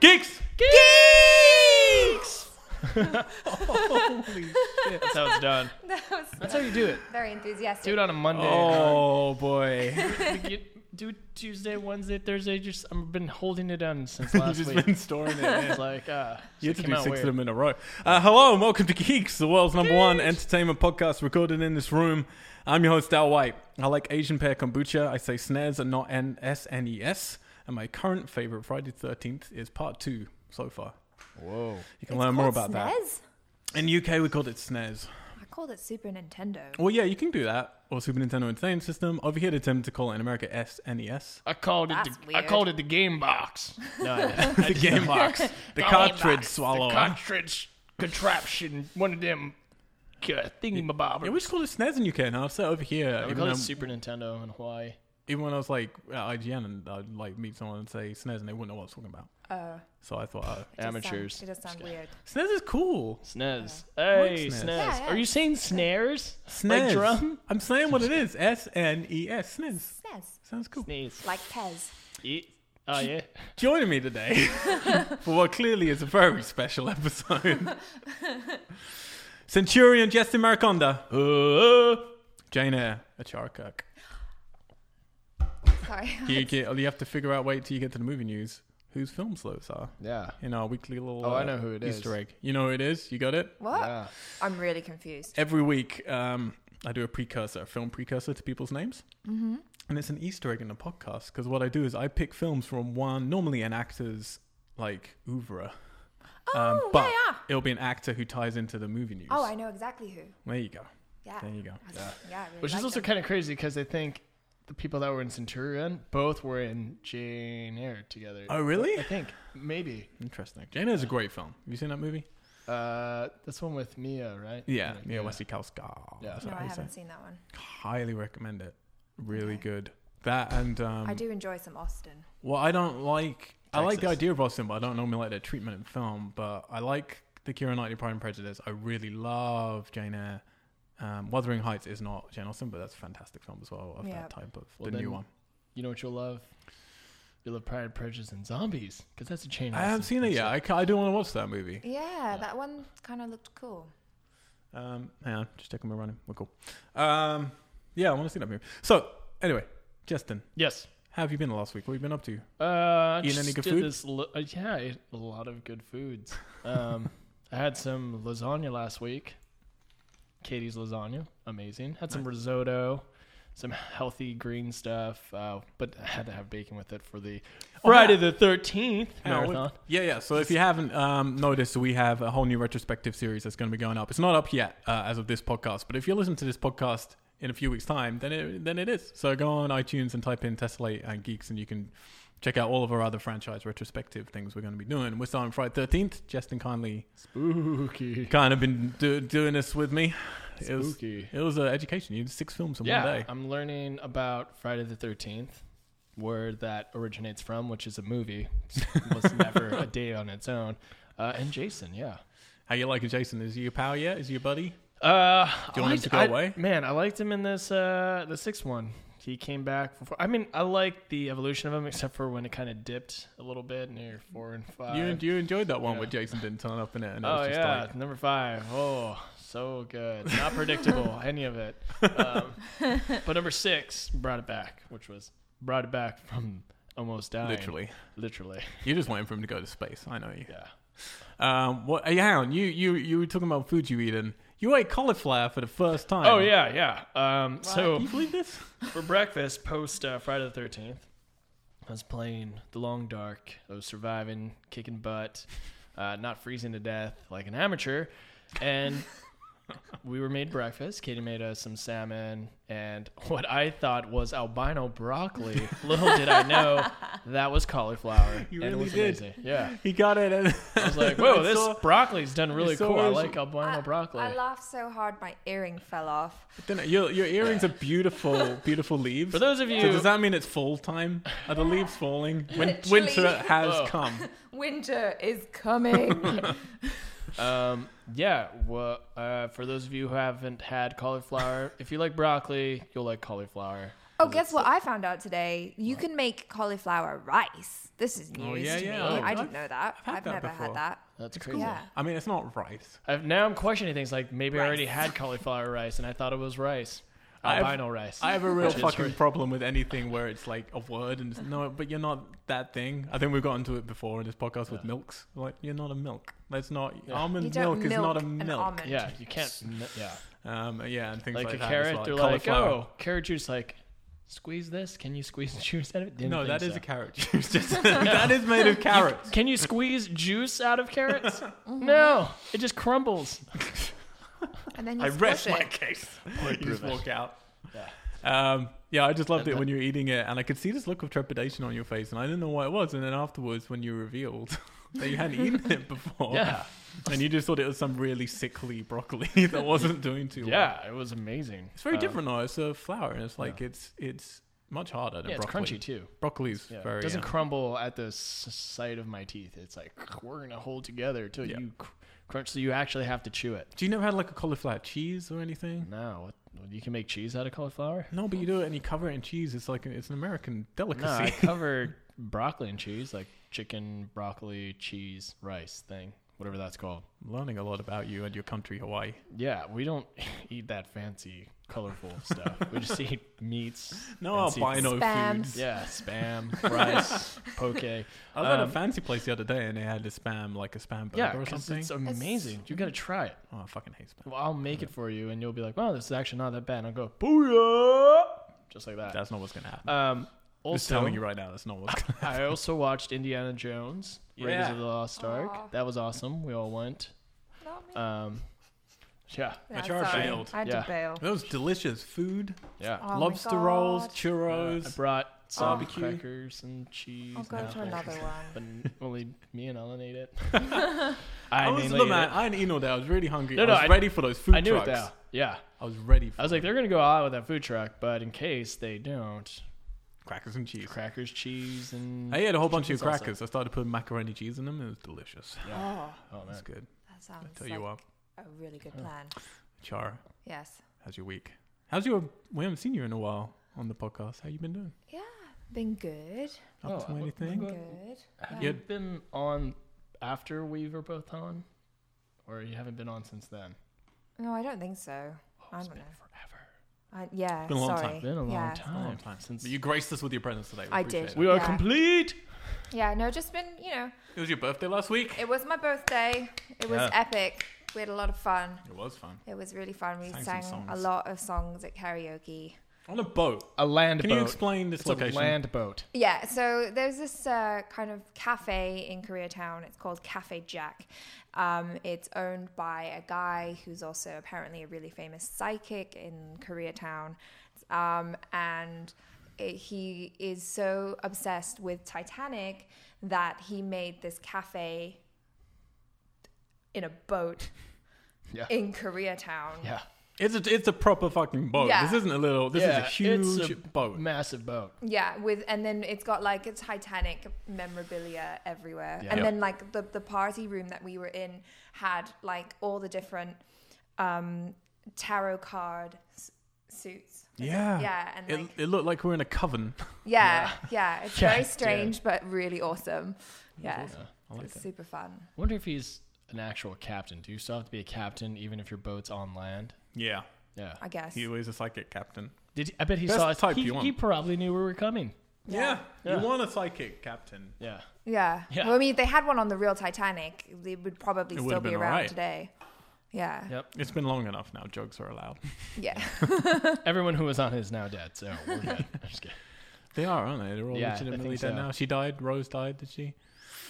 Geeks! Geeks! Holy shit. That's how it's done. That was That's how you do it. very enthusiastic. Do it on a Monday. Oh boy. You do it Tuesday, Wednesday, Thursday. Just I've been holding it in since You've last just week. been storing it. It's yeah. like uh, You have to came do out six weird. of them in a row. Uh, hello and welcome to Geeks, the world's number one entertainment podcast recorded in this room. I'm your host, Al White. I like Asian pear kombucha. I say snares and not N S N E S. And my current favorite, Friday the 13th, is part two so far. Whoa. You can learn more about that. In the UK, we called it snares. I called it Super Nintendo. Well, yeah, you can do that. Or Super Nintendo Entertainment System. Over here, they tend to call it in America E SNES. I called it. That's The, I weird. called it the game box. No, I didn't. The game box. The cartridge swallower. the cartridge contraption. One of them uh, yeah, thingamabobbers. we just call it SNES in UK now. So over here, um, I even, call though- it Super Nintendo in Hawaii. even when I was like at IGN and I'd like meet someone and say SNES and they wouldn't know what I was talking about. Uh. Oh, So I thought, oh, it does Amateurs. sound- It does sound weird. SNES is cool. Snares. Hey, Like snares. snares. Yeah, yeah. Are you saying snares? SNES. Like drum? I'm saying what it is. S N E S. SNES. Says Sounds cool. Sneeze. like Pez. Eat. Oh, yeah. Joining me today for what clearly is a very special episode. Centurion Justin Mariconda. Jane Eyre, Achara Kirk. Sorry. You, get, you have to figure out, wait till you get to the movie news, whose films those are Yeah. in our weekly little Oh, uh, I know who it is. Easter egg. You know who it is? You got it? What? Yeah. I'm really confused. Every week, um, I do a precursor, a film precursor to people's names. Mm-hmm. And it's an Easter egg in the podcast because what I do is I pick films from one, normally an actor's like oeuvre. Um, Oh, but yeah, yeah. it'll be an actor who ties into the movie news. Oh, I know exactly who. There you go. Yeah. There you go. I was- Yeah. I really Which like is also them. kind of crazy because I think the people that were in Centurion both were in Jane Eyre together. Oh, really? I think. Maybe. Interesting. Jane Eyre's a great film. Have you seen that movie? Uh, that's one with Mia, right? Yeah. Yeah, Wesley Kalskar. Yeah. That's No, what I he haven't said. seen that one. Highly recommend it. Really Okay. good. That and um, I do enjoy some Austin. Well, I don't like. I like the Texas. idea of Austin, but I don't normally like their treatment in film. But I like the Kira Knightley Pride and Prejudice. I really love Jane Eyre. Um, Wuthering Heights is not Jane Austen, but that's a fantastic film as well of Yeah. that type of Well, the new then- one. You know what you'll love? You'll love Pride and Prejudice and Zombies because that's a chain. I haven't seen it yet. I, ca- I do want to watch that movie. Yeah, that one kind of looked cool. Um, hang on, just taking my running. We're cool. Um, yeah, I want to see that movie. So anyway, Justin, Yes. how have you been last week? What have you been up to? Uh, Eating just any good did food? This li- uh, yeah, I ate a lot of good foods. Um, I had some lasagna last week. Katie's lasagna, amazing. Had some risotto, some healthy green stuff, uh, but I had to have bacon with it for the Oh, yeah. Friday the Thirteenth Hang on, we- marathon. yeah, yeah. So if you haven't um, noticed, we have a whole new retrospective series that's going to be going up. It's not up yet uh, as of this podcast, but if you listen to this podcast in a few weeks' time, then it then it is. So go on iTunes and type in Tessellate and Geeks, and you can check out all of our other franchise retrospective things we're going to be doing. We're starting Friday thirteenth. Justin kindly Spooky. kind of been do, doing this with me. It was Spooky. it was uh, education. You did six films in one Yeah, day. I'm learning about Friday the Thirteenth, where that originates from, which is a movie. It was never a day on its own. Uh, and Jason, yeah. How you like it, Jason? Is he your pal yet? Is he your buddy? Uh, I Do you want him liked- to go I- away? Man, I liked him in this uh the sixth one. He came back. Before, I mean, I liked the evolution of him, except for when it kind of dipped a little bit near four and five. you you enjoyed that one Uh, yeah. where Jason didn't turn up in it, and it oh was just yeah, like. number five. Oh, so good. Not predictable, any of it. Um, but number six brought it back, which was brought it back from almost dying. Literally, literally. You're just waiting for him to go to space. I know you. Yeah. Um, what? Hey, hang on. You you you were talking about food you eat, and you ate cauliflower for the first time. Oh yeah, yeah. Um, so Can you believe this? for breakfast post uh, Friday the Thirteenth, I was playing The Long Dark. I was surviving, kicking butt, uh, not freezing to death like an amateur, and we were made breakfast. Katie made us some salmon and what I thought was albino broccoli. Little did I know That was cauliflower. You and it really was did. amazing. Yeah. He got it. And I was like, whoa, this saw- broccoli's done really saw cool. I his- like albino I- broccoli. I laughed so hard my earring fell off. Then your, your earrings are beautiful, beautiful leaves. For those of you, so does that mean it's fall time? Are the leaves falling? Win- Literally. winter has Whoa. come. Winter is coming. um, yeah, well, uh, for those of you who haven't had cauliflower, if you like broccoli, you'll like cauliflower. oh, guess what I found out today? You can make cauliflower rice. This is news Oh, yeah, to yeah. me. I've- I I've- didn't know that. I've I've, had that never before. had that. That's crazy. Yeah. I mean, it's not rice. I've, now I'm questioning things like maybe I already Rice. had cauliflower rice and I thought it was rice, I've- albino rice. I have a real Which is fucking right. problem with anything where it's like a word and it's, no, but you're not that thing. I think we've gotten to it before in this podcast with milks. Like you're not a milk. That's not You almond don't milk, milk, is not a an milk. almond. yeah, you can't. n- Yeah, Um, yeah, and things like, like, a that as carrot, well. they're like, Cauliflower. oh, carrot juice. Like, squeeze this. Can you squeeze juice out of it? Didn't no, think that is so. a carrot juice. Just- that is made of carrots. Can you squeeze juice out of carrots? no, it just crumbles. And then you I rest squash my it. case. you just proven. walk out. Yeah. Um, yeah, I just loved it And when you were eating it, and I could see this look of trepidation on your face, and I didn't know what it was. And then afterwards, when you revealed that you hadn't eaten it before, Yeah, and you just thought it was some really sickly broccoli that wasn't doing too well. yeah, it was amazing. It's very Um, different though. It's a flower, and it's like it's it's much harder than Yeah, it's broccoli. crunchy too. Broccoli's Yeah, very it doesn't uh, crumble at the s- sight of my teeth. It's like we're gonna hold together till Yeah. you cr- crunch. So you actually have to chew it. Do you never had like a cauliflower cheese or anything? No, what, what, you can make cheese out of cauliflower. No, but you do it and you cover it in cheese. It's like it's an American No, I delicacy. covered broccoli and cheese, like chicken, broccoli, cheese, rice thing, whatever that's called. I'm learning a lot about you and your country, Hawaii. Yeah, we don't eat that fancy, colorful stuff. We just eat meats. No and seafood. albino Spam. foods. Yeah, spam, rice, poke. I was at Um, a fancy place the other day and they had a spam, like a spam burger Yeah, or 'cause something. it's amazing. You gotta try it. oh, I fucking hate spam. Well, I'll make it for you, and you'll be like, "Wow, this is actually not that bad." And I'll go, "Booyah!" Just like that. That's not what's going to happen. Um, Just also, telling you right now, that's not what's going to happen. I also watched Indiana Jones: Raiders Yeah. of the Lost Ark. Aw. That was awesome. We all went. Not Uh, me. Um, yeah, Yeah, Which are sorry. bailed. I had Yeah. to bail. That was delicious food. yeah. Oh my Lobster rolls, God. I churros. brought some Barbecue. crackers and cheese. I'll go and to another apples. one. But only me and Ellen ate it. I, I, was mainly the ate man. it. I didn't eat all day. I was really hungry. No, I no, was I- ready for those food I knew trucks. it though. Yeah, I was ready for I was like, they're gonna go out with that food truck, but in case they don't, crackers and cheese. crackers, cheese, and I ate a whole bunch of Chicken salsa. crackers. I started putting macaroni cheese in them. It was delicious. Oh, oh man, That's good. that I sounds tell like you what, a really good plan. Chara, Yes. how's your week? How's your? We haven't seen you in a while on the podcast. How you been doing? Yeah, been good. Up Oh, to what- anything? what- Good. Have Yeah. you been on after we were both on, or you haven't been on since then? No, I don't think so. I it's don't been know. forever. I, yeah, It's been a long time. sorry. It's been a long yeah. A long time time. since But you graced us with your presence today. We I appreciate did. It. we are Yeah. complete. Yeah, no, just been, you know, It was your birthday last week. it was my birthday. It was Yeah. epic. We had a lot of fun. It was fun. It was really fun. We Sang sang, some a songs. lot of songs at karaoke. On a boat. A land Can boat. you explain this it's location? a land boat. Yeah, so there's this uh, kind of cafe in Koreatown. It's called Cafe Jack. Um, it's owned by a guy who's also apparently a really famous psychic in Koreatown. Um, and it, he is so obsessed with Titanic that he made this cafe in a boat Yeah. in Koreatown. Yeah. It's a it's a proper fucking boat. Yeah. This isn't a little. This yeah, is a it's huge a boat. Massive boat. Yeah, with and then it's got like a Titanic memorabilia everywhere, Yeah. and Yeah. then like the the party room that we were in had like all the different um tarot card s- suits. Is it- Yeah. yeah, and It, like it looked like we're in a coven. yeah, yeah, it's Yeah, very dude. strange but really awesome. Yeah, I like it's that. super fun. I wonder if he's an actual captain. Do you still have to be a captain even if your boat's on land? Yeah, Yeah. I guess. he was a psychic captain. Did I bet he Best saw us? type he, you want. he probably knew we were coming. Yeah. Yeah. you want a psychic captain. Yeah. yeah. Yeah. Well, I mean, if they had one on the real Titanic, they would probably It would've still be been all around right. today. Yeah, Yep. It's been long enough now. Jokes are allowed. yeah. Everyone who was on it is now dead, so we're good. I'm just kidding. They are, aren't they? They're all Yeah, I legitimately think dead so. now. She died. Rose died, did she?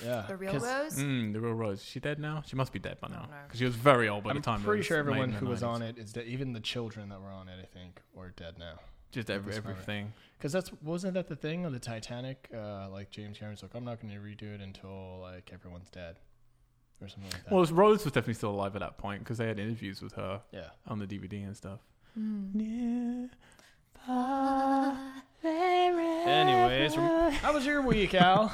Yeah. the real 'cause rose. Mm, the real Rose. Is she dead now? She must be dead by now. don't know. Because she was very old by I'm the time. pretty sure everyone who was on it is dead. Even the children that were on it, I think, were dead now. Just every, Describe it. everything. Because that's wasn't that the thing on the Titanic? Uh, like James Cameron's like, I'm not going to redo it until like everyone's dead, or something like that. Well, Rose was definitely still alive at that point because they had interviews with her yeah, on the DVD and stuff. Mm. Anyways, rem- how was your week, Al?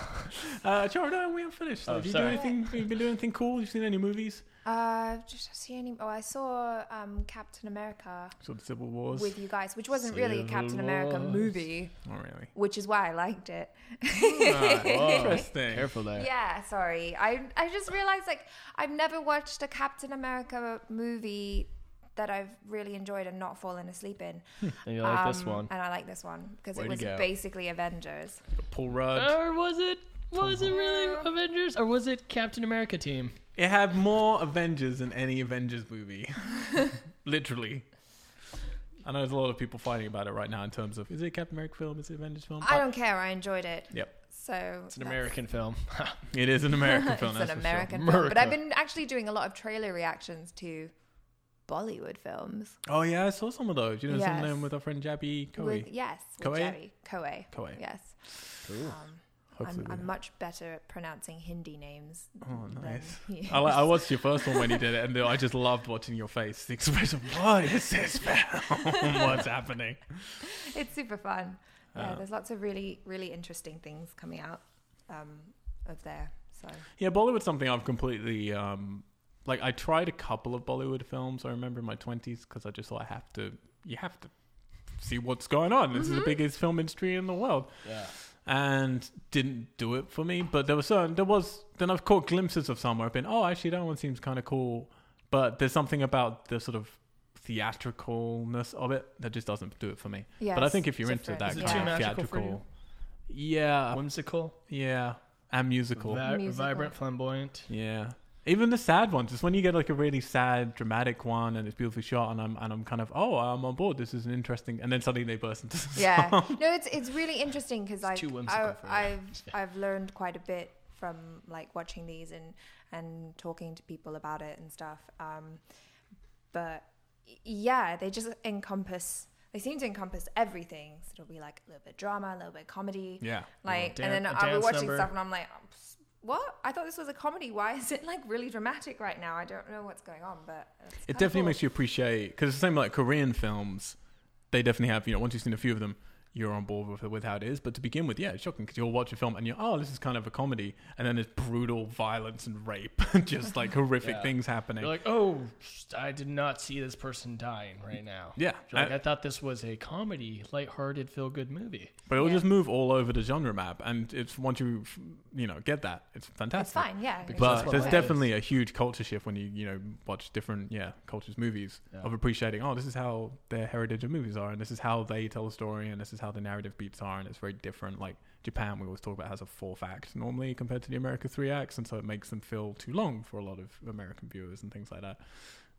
Uh, Char, no, we haven't finished. Oh, Have you, do sorry. anything, have you been doing anything cool? You've seen any movies? Uh, just to see any. Oh, I saw um, Captain America Sort of Civil Wars. with you guys, which wasn't really a Civil Captain America Wars. movie, Not really. which is why I liked it. Alright, Whoa. Interesting. Careful there. Yeah, sorry. I I just realized like I've never watched a Captain America movie that I've really enjoyed and not fallen asleep in. And you like this Um, one, and I like this one because Way it to was go. basically Avengers. Paul Rudd. Uh, or was it? Was it really Avengers, or was it Captain America team? It had more Avengers than any Avengers movie. Literally. I know there's a lot of people fighting about it right now in terms of is it a Captain America film? Is it an Avengers film? I don't care. I enjoyed it. Yep. So It's an American film. It is an American film. it's that's an for sure. American film, but I've America. been actually doing a lot of trailer reactions to Bollywood films. Oh yeah, I saw some of those. You know, some Yes. of them with our friend Jabby Coe. With yes, with Koei? Jerry. Koei. Koei. Yes. Ooh. Um, Hopefully, I'm, we- I'm much better at pronouncing Hindi names. Oh, than nice. you. I, li- I watched your first one when you did it, and I just loved watching your face. The expression, what is this film? What's happening? it's super fun. Yeah, Uh, there's lots of really, really interesting things coming out um, of there. So Yeah, Bollywood's something I've completely um, like. I tried a couple of Bollywood films. I remember in my twenties because I just thought I have to. You have to see what's going on. This is Mm-hmm. the biggest film industry in the world, yeah. and didn't do it for me. But there were certain. There was then I've caught glimpses of some where I've been. Oh, actually, that one seems kind of cool. But there's something about the sort of theatricalness of it that just doesn't do it for me. yeah. but I think if you're into that Is it kind too of magical for theatrical, Uh, yeah, Whimsical, yeah, and musical, vi- Musical. vibrant, flamboyant. yeah. Even the sad ones. It's when you get like a really sad, dramatic one, and it's beautifully shot, and I'm and I'm kind of oh, I'm on board. This is an interesting. And then suddenly they burst into yeah. No, it's it's really interesting because I, too whimsical I for you. I've I've learned quite a bit from like watching these and and talking to people about it and stuff. Um, but y- yeah, they just encompass. They seem to encompass everything. So it'll be like a little bit drama, a little bit comedy. yeah. Like, dan- and then a I'll be dance watching number. stuff and I'm like, "Oh, psst, what? I thought this was a comedy. Why is it like really dramatic right now? I don't know what's going on, but it's It kinda definitely cool. makes you appreciate because the same like Korean films, they definitely have you know once you've seen a few of them, you're on board with, with how it is. But to begin with, yeah, it's shocking because you'll watch a film and you're oh, this is kind of a comedy, and then there's brutal violence and rape and just like horrific Yeah. things happening. You're like, oh, I did not see this person dying right now. yeah, Uh, You're like, and- I thought this was a comedy, lighthearted, feel-good movie. but it'll Yeah. just move all over the genre map, and it's once you you know get that, it's fantastic. It's fine, yeah. Because But That's what there's life definitely a huge culture shift when you you know watch different yeah cultures movies Yeah. of appreciating oh this is how their heritage of movies are and this is how they tell a story and this is how the narrative beats are and it's very different like Japan we always talk about has a four act normally compared to the America three acts and so it makes them feel too long for a lot of American viewers and things like that.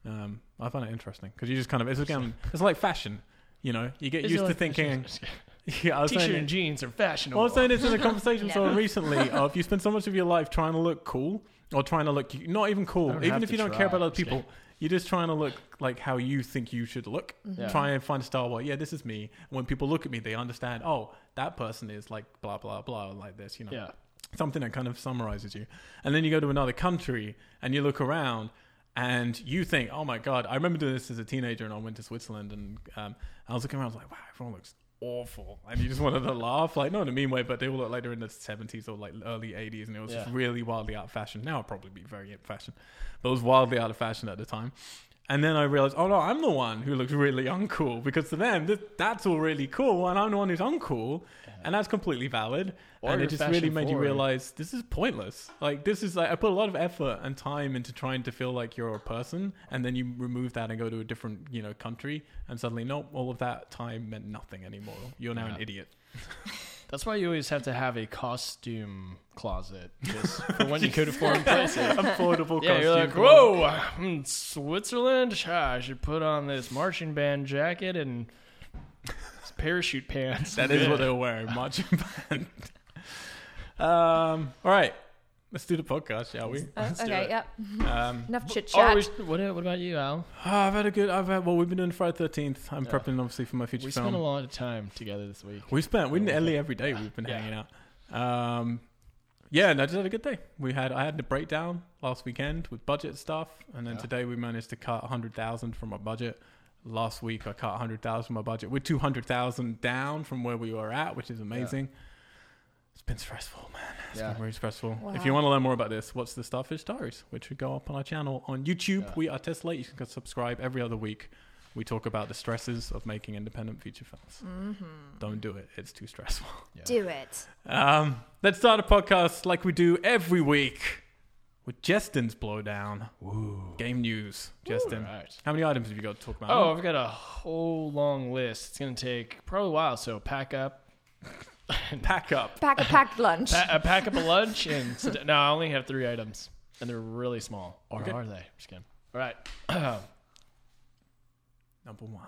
Um, I find it interesting because you just kind of it's again it's like fashion you know you get Is used it to like- thinking yeah I was T-shirt saying and jeans are fashionable. well, I was saying this in a conversation with Yeah. someone recently. Of you spend so much of your life trying to look cool, or trying to look not even I cool, don't even have if to you don't try. care about other people, you're just trying to look like how you think you should look. Mm-hmm. Yeah. Try and find a style. Well, yeah, this is me. When people look at me, they understand. Oh, that person is like blah blah blah, like this. You know, yeah, something that kind of summarizes you. And then you go to another country and you look around and you think, oh my God, I remember doing this as a teenager and I went to Switzerland and um, I was looking around, I was like, wow, everyone looks awful. And you just wanted to laugh, like, not in a mean way, but they all look like they're in the 70s or like early 80s and it was just Yeah. really wildly out of fashion. Now I'll probably be very in fashion, but it was wildly out of fashion at the time. And then I realized, oh no, I'm the one who looks really uncool because to them, th- that's all really cool, and I'm the one who's uncool, and that's completely valid. Or and it you're just really fashion made you forward. realize this is pointless. Like this is like I put a lot of effort and time into trying to feel like you're a person, and then you remove that and go to a different, you know, country, and suddenly, nope, all of that time meant nothing anymore. You're now an Yeah. idiot. that's why you always have to have a costume closet just for when you go to foreign places. Affordable Yeah, you're like, costume closet. whoa, I'm in Switzerland. Ah, I should put on this marching band jacket and parachute pants. That is what they were wearing, marching band. um, all right. Let's do the podcast, shall we? Uh, Let's do okay, it. yep. Um, Enough chit Or Oh, chat. we, what, what about you, Al? ah, I've had a good. I've had. Well, we've been doing Friday Thirteenth. I'm Yeah. prepping obviously for my We future film. spent a lot of time together this week. We spent we Yeah, we nearly did. every day we've been Yeah. hanging out. Um, yeah, and I just had a good day. We had I had the breakdown last weekend with budget stuff, and then Yeah. today we managed to cut hundred thousand from our budget. Last week I cut hundred thousand from my budget. We're two hundred thousand down from where we were at, which is amazing. It's been stressful, man. It's Yeah. been very stressful. If Wow. you want to learn more about this, watch the Starfish Diaries, which would go up on our channel on YouTube. Yeah. We are Tesla. You can go subscribe every other week. We talk about the stresses of making independent feature films Mm-hmm. Mhm. don't do it. It's too stressful. Yeah. Do it. Um, let's start a podcast like we do every week with Justin's blowdown. Game news. Justin, All right. how many items have you got to talk about? Oh, I've got a whole long list. It's gonna take probably a while. So pack up, pack up. Pack a packed lunch. pa- uh, pack up a lunch, and sit- no, I only have three items, and they're really small. Or Okay. are they? Just kidding. All right. Number one.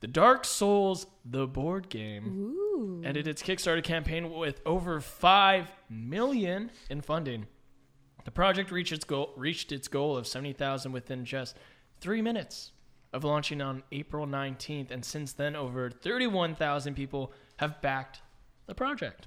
the Dark Souls, the board game, Ooh. ended its Kickstarter campaign with over five million in funding. The project reached its goal reached its goal of seventy thousand within just three minutes of launching on April nineteenth, and since then, over thirty-one thousand people have backed the project.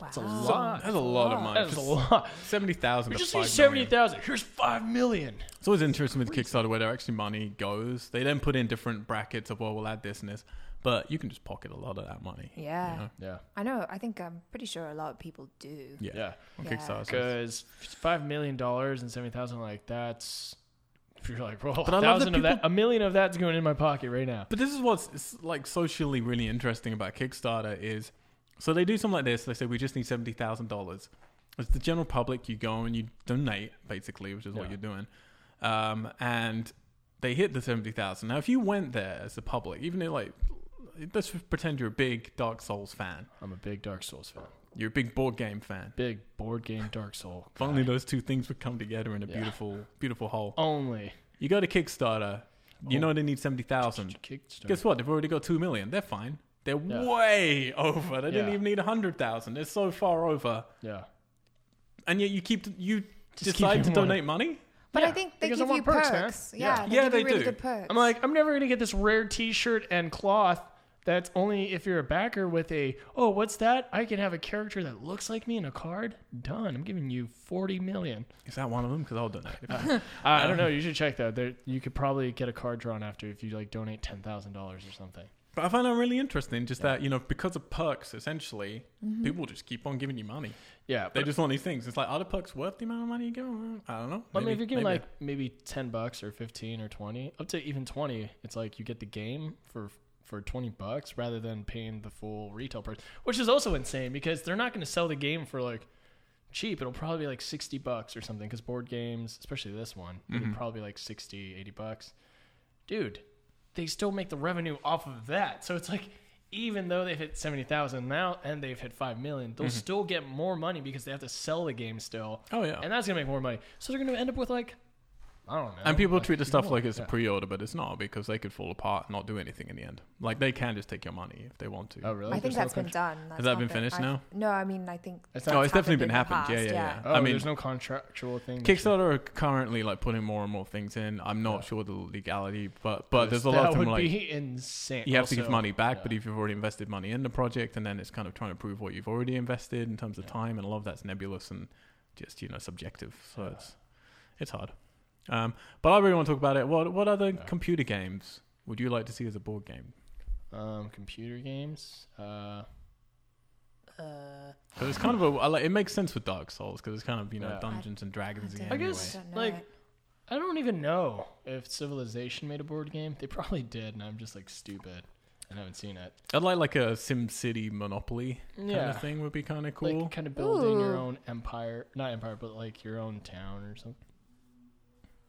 Wow. a So- lot. That's a lot of Wow. money. That is a lot. Seventy thousand. We just need seventy thousand. Here's five million. It's always interesting with Kickstarter where their actually money goes. They then put in different brackets of well, we'll add this and this, but you can just pocket a lot of that money. you Yeah. know? Yeah, I know. I think I'm pretty sure a lot of people do. Yeah. yeah. On Yeah. Kickstarter. so it's- Because five million dollars and seventy thousand, like that's. If you're like, well, But I love that thousand of that, people- a million of that's going in my pocket right now. But this is what's it's, like socially really interesting about Kickstarter is so they do something like this. They say we just need seventy thousand dollars. It's the general public. You go and you donate basically, which is what Yeah. you're doing, um, and they hit the seventy thousand. Now, if you went there as the public, even if like let's just pretend you're a big Dark Souls fan, I'm a big Dark Souls fan. you're a big board game fan. Big board game Dark Soul. If only those two things would come together in a Yeah. beautiful, beautiful whole. Only. You go to Kickstarter, you Oh. know they need seventy thousand. Kickstarter. Guess what? They've already got two million. They're fine. They're Yeah. way over. They didn't Yeah. even need a hundred thousand. They're so far over, Yeah. and yet you keep you Just decide keep to doing donate money. But Yeah, I think they because I give you want perks, perks. man. Yeah, Yeah. they Yeah, give they you really do. good perks. I'm like, I'm never gonna get this rare T-shirt and cloth. That's only if you're a backer with a. Oh, what's that? I can have a character that looks like me in a card. Done. I'm giving you forty million. Is that one of them? Because I'll donate. Uh, I don't know. You should check that. There, you could probably get a card drawn after if you like donate ten thousand dollars or something. but I find that really interesting. Just that you know, because of perks, essentially, people just keep on giving you money. Yeah, They Mm-hmm. but just want these things. It's like are the perks worth the amount of money you give them? I don't know. I mean, if Maybe- you're giving maybe. like maybe ten bucks or fifteen or twenty, up to even twenty, it's like you get the game for for twenty bucks rather than paying the full retail price, which is also insane because they're not going to sell the game for like cheap. It'll probably be like sixty bucks or something because board games, especially this one, it'll probably be like 60, 80 bucks. Dude, they still make the revenue off of that, so it's like. Even though they've hit seventy thousand now and they've hit five million, they'll still get more money because they have to sell the game still oh yeah. And, and that's gonna make more money. So they're gonna end up with like, I don't know. people like, treat the stuff Oh, more. like it's Yeah. a pre-order, but it's not because they could fall apart and not do anything in the end. Like they can just take your money if they want to. Oh really? I think There's no that's been contr- done. That's that been happened. finished I've- now? No, I mean, I think. That's Oh, not. it's definitely happened been in the happened. Yeah, yeah, past, yeah. yeah. oh, I mean, there's no contractual thing. that you- Kickstarter are currently like putting more and more things in. I'm not sure the legality, but but there's a that lot of would them like be insane. you have to give Also, money back, but yeah. if you've already invested money in the project, and then it's kind of trying to prove what you've already invested in terms of time, and a lot of that's nebulous and just you know subjective. So it's it's hard. Um, but I really want to talk about it. What what other computer games would you like to see as a board game? um, computer games. Uh, Uh, 'Cause it's kind of a I like, it makes sense with Dark Souls because it's kind of you know Yeah. Dungeons and Dragons. I again, don't- guess, don't know like, it. I don't even know if Civilization made a board game. They probably did, and I'm just like stupid and haven't seen it. I'd like like a Sim City Monopoly kind Yeah. of thing would be kind of cool. Like kind of building your Ooh. own empire, not empire, but like your own town or something.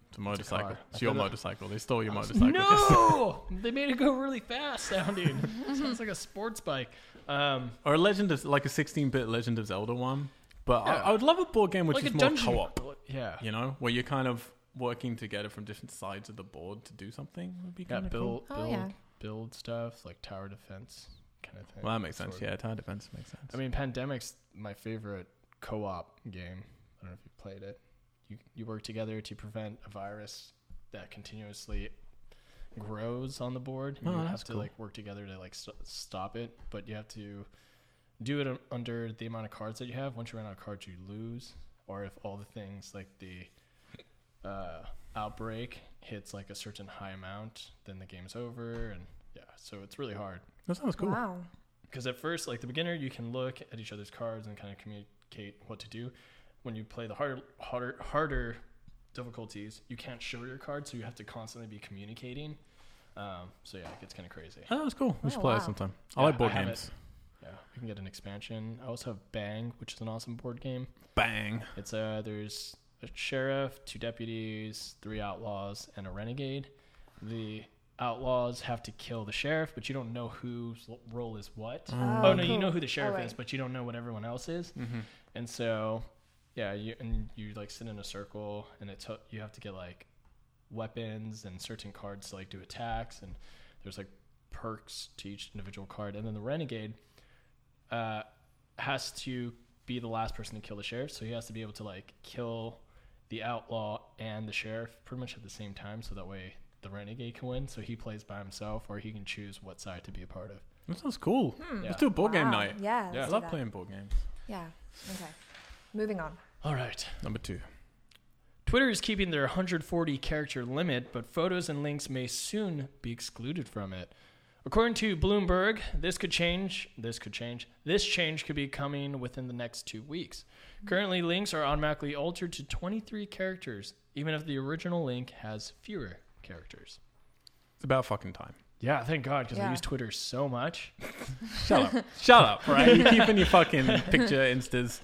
It's a motorcycle. car. It's your I feel that- motorcycle. They stole your I was- motorcycle. Just- Uh, No, they made it go really fast sounding. Sounds like a sports bike. Um, or a Legend of like a 16-bit Legend of Zelda one. But I, Yeah. I would love a board game which like is a more dungeon co-op. Yeah, You know, where you're kind of working together from different sides of the board to do something would be yeah, kind build, of cool. build, Oh, yeah. build stuff like tower defense kind of thing. Well, that makes sense. Sort of. Yeah, tower defense makes sense. I mean, pandemic's my favorite co-op game. I don't know if you played it. You you work together to prevent a virus that continuously grows on the board. Oh, you that's have to cool. like work together to like st- stop it, but you have to do it un- under the amount of cards that you have. Once you run out of cards, you lose. Or if all the things like the uh, outbreak hits like a certain high amount, then the game's over. And yeah, so it's really hard That sounds cool. Wow. because at first like the beginner you can look at each other's cards and kind of communicate what to do when you play the harder harder harder difficulties you can't show your cards so you have to constantly be communicating um, so yeah it gets kind of crazy Oh, that's cool. We should Oh, play wow. that sometime. I Yeah, like board I have games. yeah we can get an expansion i also have bang which is an awesome board game Bang. it's uh there's a sheriff two deputies three outlaws and a renegade the outlaws have to kill the sheriff but you don't know whose role is what Oh, Oh, no, you cool. know who the sheriff wait. is, but you don't know what everyone else is. And so, yeah, you and you like sit in a circle, and it's ho- you have to get like weapons and certain cards to like do attacks, and there's like perks to each individual card, and then the renegade uh, has to be the last person to kill the sheriff, so he has to be able to like kill the outlaw and the sheriff pretty much at the same time, so that way the renegade can win. So he plays by himself, or he can choose what side to be a part of. That sounds cool. Yeah. Let's do a board game Wow. night. Yeah. Hmm. Yeah. I let's do love that. playing board games. Yeah. Okay. Moving on. All right. Number two. Twitter is keeping their 140 character limit, but photos and links may soon be excluded from it. According to Bloomberg, this could change. This could change. This change could be coming within the next two weeks. Currently, links are automatically altered to 23 characters, even if the original link has fewer characters. It's about fucking time. Yeah, thank God, because Yeah. we use Twitter so much. Shut up. Shut up, right? You keeping your fucking picture instas.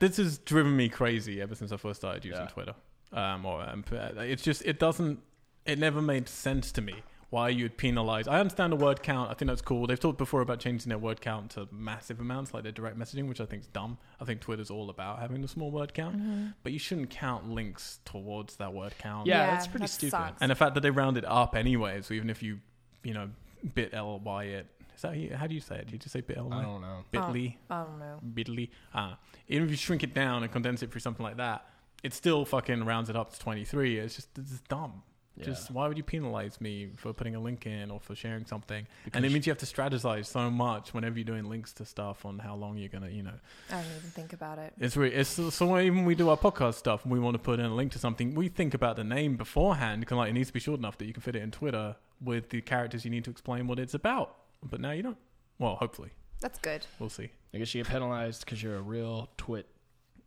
This has driven me crazy ever since I first started using Yeah. Twitter. Um, or um, it's just it doesn't it never made sense to me why you'd penalize. I understand the word count. I think that's cool. They've talked before about changing their word count to massive amounts, like their direct messaging, which I think is dumb. I think Twitter's all about having a small word count, Mm-hmm. but you shouldn't count links towards that word count. Yeah, that's pretty that stupid. sucks. And the fact that they round it up anyway, so even if you, you know, bit ly it, is that how you- how do you say it? Do you just say bit I ly? don't know. Bitly, I don't know. bitly. Uh, even if you shrink it down and condense it through something like that, it still fucking rounds it up to twenty three. It's just it's just dumb. Yeah. Just why would you penalize me for putting a link in or for sharing something? and it Because- means you have to strategize so much whenever you're doing links to stuff on how long you're gonna, you know, I don't even think about it. it's re- it's so- so when even we do our podcast stuff and we want to put in a link to something, we think about the name beforehand. Can like it needs to be short enough that you can fit it in Twitter with the characters you need to explain what it's about. But now you don't. Well, hopefully That's good. we'll see. I guess you get penalized because you're a real twit.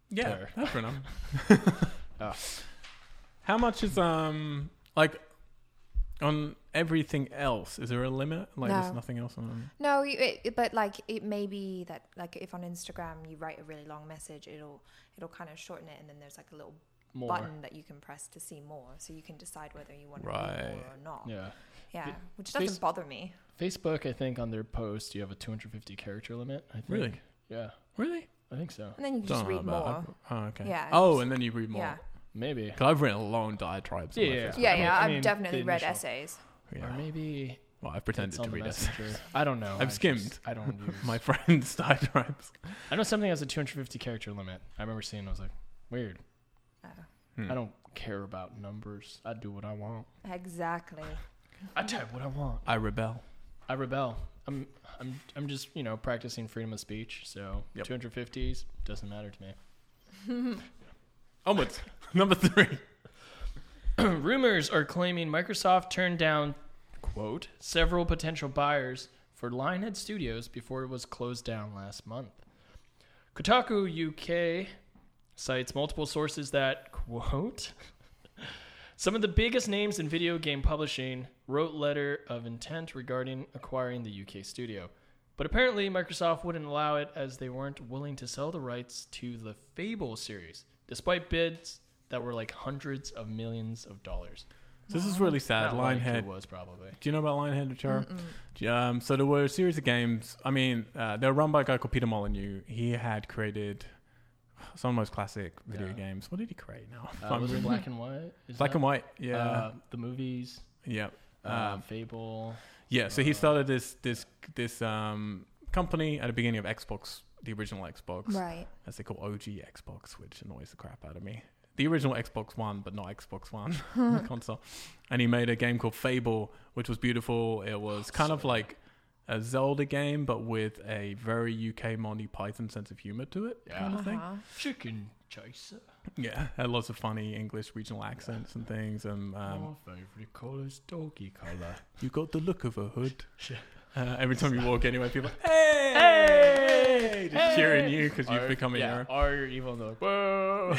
Yeah, Fair. that's fair enough. Ah. Oh. How much is um like on everything else? Is there a limit? Like No. there's nothing else on. No, you- it, it- but like it may be that like if on Instagram you write a really long message, it'll it'll kind of shorten it, and then there's like a little More. button that you can press to see more, so you can decide whether you want to read more Right. or not. Yeah, Yeah. It- which doesn't basi- bother me. Facebook, I think on their post, you have a 250 character limit. I think. Really? Yeah, Really? I think so. And then you can Don't just know read about- more. I've- Oh, okay. Yeah, Oh, just- and then you read more. Yeah, Maybe. 'Cause I've written a long diatribes. on my Yeah, yeah. Facebook. yeah, I mean- yeah. I I've mean, definitely the read initial- essays. Yeah. Or maybe Well, I've it's pretended on to the read it. messenger. I don't know. I've I just- skimmed. I don't. Use, My friend's diatribes. I know something has a 250 character limit. I remember seeing. it, I was like, weird. Uh, Hmm. I don't care about numbers. I do what I want. Exactly. Hmm. I type what I want. I rebel. I rebel. I'm. I'm. I'm just you know practicing freedom of speech. So Yep. 250s doesn't matter to me. Onwards. Number three. Rumors are claiming Microsoft turned down, quote, several potential buyers for Lionhead Studios before it was closed down last month. Kotaku UK cites multiple sources that, quote, some of the biggest names in video game publishing wrote letter of intent regarding acquiring the UK studio. But apparently Microsoft wouldn't allow it as they weren't willing to sell the rights to the Fable series, despite bids that were like hundreds of millions of dollars. So this is really sad. Not like Lionhead. it was probably. Do you know about Lionhead, Chara? Um, so there were a series of games. I mean, uh, they were run by a guy called Peter Molyneux. He had created some of the most classic video Yeah. games. What did he create now? Uh, was it black and white? Is Black that- and white. Yeah. Uh, the movies, yeah. uh, Um, Fable. uh, Yeah, so he started this this this um, company at the beginning of Xbox the original Xbox, Right. as they call OG Xbox, which annoys the crap out of me. The original Xbox One, but not Xbox One console. And he made a game called Fable, which was beautiful. It was Oh, kind of like a Zelda game, but with a very UK Monty Python sense of humor to it, kind of thing. Uh-huh. Chicken chaser. Yeah, had lots of funny English regional accents and things. And um, Oh. My favorite color is doggy color. you got the look of a hood. Sure. Uh, every time you walk anywhere, people are, hey, hey, just Hey! cheering you because Or- you've become a yeah, hero. Or you're evil and they're like, whoa.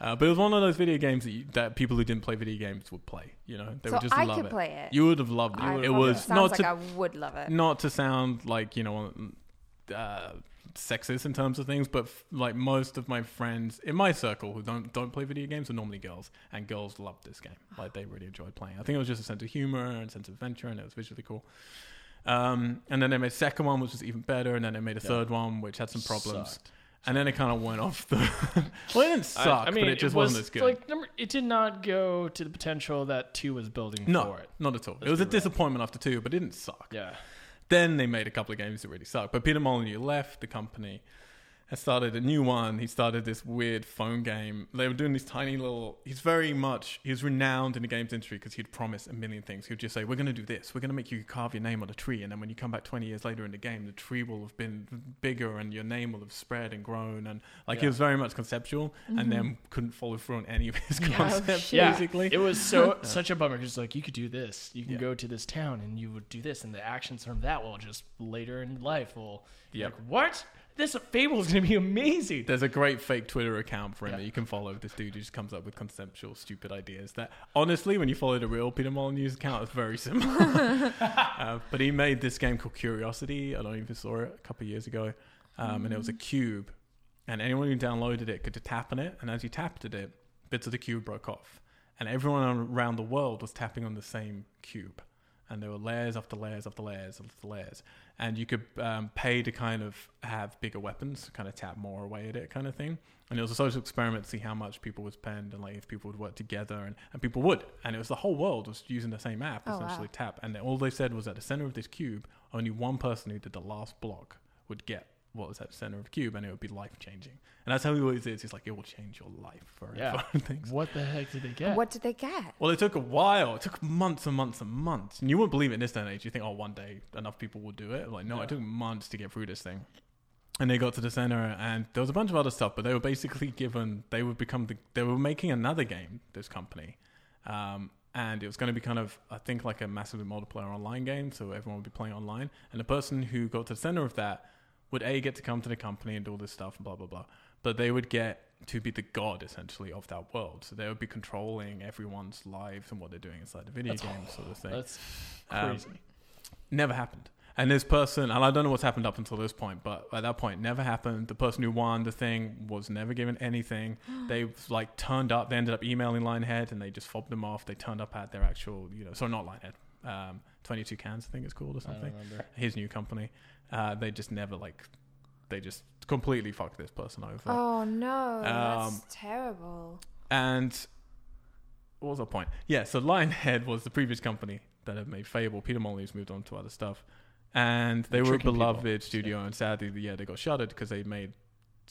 Uh, but it was one of those video games that, you, that people who didn't play video games would play. You know, they so would just I love could it. play it. You would have loved it. I it probably- was sounds not like to I would love it. not to sound like you know uh, sexist in terms of things, but f- like most of my friends in my circle who don't don't play video games are normally girls, and girls loved this game. Like they really enjoyed playing. I think it was just a sense of humor and sense of adventure, and it was visually cool. Um, and then they made a second one, which was even better, and then they made a Yeah. third one, which had some problems. Sucked. And then it kind of went off the. well, it didn't suck, but it just was, was, not as good. Like, number, it did not go to the potential that two was building no, for it. not at all. Let's it was be a real. disappointment after two, but it didn't suck. Yeah. Then they made a couple of games that really sucked. But Peter Molyneux left the company and started a new one. He started this weird phone game. They were doing these tiny little. He's very much. He's renowned in the games industry because he'd promise a million things. He'd just say, "We're going to do this. We're going to make you carve your name on a tree, and then when you come back 20 years later in the game, the tree will have been bigger and your name will have spread and grown." And Yeah. like he Mm-hmm. was very much conceptual, and then couldn't follow through on any of his concepts. Yeah. Basically, It was so such a bummer because like you could do this, you can Yeah. go to this town and you would do this, and the actions from that will just later in life will. you're Yep. Like, what? This fable is gonna be amazing. There's a great fake Twitter account for him Yeah. that you can follow. This dude who just comes up with conceptual, stupid ideas that, honestly, when you follow the real Peter Molyneux account, it's very similar. uh, but he made this game called Curiosity. I don't even saw it a couple of years ago. Um, And it was a cube. And anyone who downloaded it could tap on it. And as you tapped at it, bits of the cube broke off. And everyone around the world was tapping on the same cube. And there were layers after layers after layers after layers. And you could um, pay to kind of have bigger weapons, kind of tap more away at it, kind of thing. And it was a social experiment to see how much people would spend and like if people would work together. And, and people would. And it was the whole world was using the same app, Oh, wow. essentially tap. And all they said was at the center of this cube, only one person who did the last block would get what was at the center of the cube, and it would be life changing. And that's how he always is. He's like, it will change your life forever. Yeah. and things. What the heck did they get? What did they get? Well, it took a while. It took months and months and months. And you wouldn't believe it in this day and age. You think, oh, one day enough people will do it. Like, no, Yeah. it took months to get through this thing. And they got to the center, and there was a bunch of other stuff, but they were basically given they would become the they were making another game. This company, um, and it was going to be kind of I think like a massively multiplayer online game, so everyone would be playing online. And the person who got to the center of that would a get to come to the company and do all this stuff and blah blah blah, but they would get to be the god essentially of that world. So they would be controlling everyone's lives and what they're doing inside the video That's game sort of thing. That's Um, crazy. Never happened. And this person, and I don't know what's happened up until this point, but at that point, never happened. The person who won the thing was never given anything. they like turned up. They ended up emailing Linehead, and they just fobbed them off. They turned up at their actual, you know, so not Linehead, um, Twenty Two Cans, I think it's called or I don't something. remember. His new company. Uh, they just never like, they just completely fucked this person over. Oh no, Um, that's terrible. And what was our point? Yeah, so Lionhead was the previous company that had made Fable. Peter Molyneux's moved on to other stuff. And they were a Tricking beloved people. studio, and sadly, yeah, they got shuttered because they made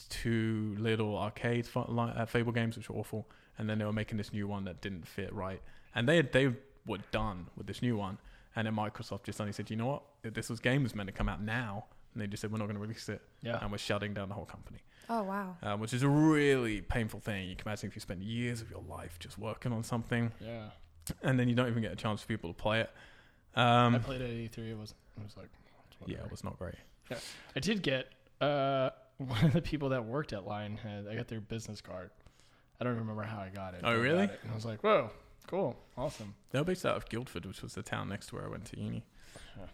two little arcade fa- li- uh, Fable games, which were awful. And then they were making this new one that didn't fit right. And they they were done with this new one. And then Microsoft just suddenly said, you know what? If This was game was meant to come out now. And they just said, we're not going to release it. Yeah. And we're shutting down the whole company Oh wow. um, which is a really painful thing. You can imagine if you spend years of your life just working on something, Yeah. and then you don't even get a chance for people to play it. I Um, played at E3. It was. It was like. it's yeah, whatever. it was not great. I did get uh, one of the people that worked at Lionhead. I got their business card. I don't remember how I got it. Oh, but I got really? it. And I was like, whoa, cool, awesome. They were based out of Guildford, which was the town next to where I went to uni.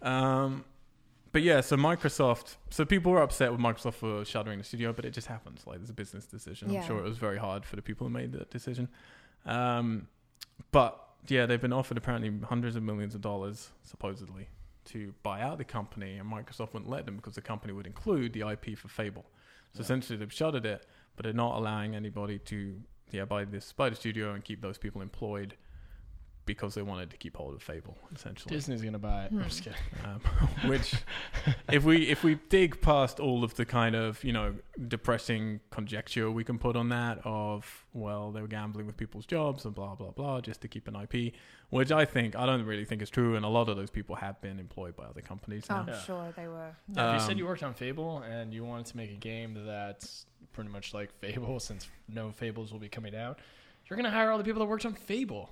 Um, but yeah, so Microsoft. So people were upset with Microsoft for shuttering the studio, but it just happens. Like there's a business decision. Yeah. I'm sure it was very hard for the people who made that decision. Um, but yeah, they've been offered apparently hundreds of millions of dollars, supposedly, to buy out the company, and Microsoft wouldn't let them because the company would include the IP for Fable. So Yeah. essentially, they've shuttered it, but they're not allowing anybody to yeah buy this buy the studio and keep those people employed because they wanted to keep hold of Fable, essentially. Disney's gonna buy it. Hmm. I'm just kidding. um, which if we if we dig past all of the kind of you know depressing conjecture we can put on that of well they were gambling with people's jobs and blah blah blah just to keep an IP, which I think I don't really think is true, and a lot of those people have been employed by other companies now. I'm Ah. Yeah. sure they were. Uh, if you Um, said you worked on Fable and you wanted to make a game that's pretty much like Fable, since no Fables will be coming out, you're gonna hire all the people that worked on Fable.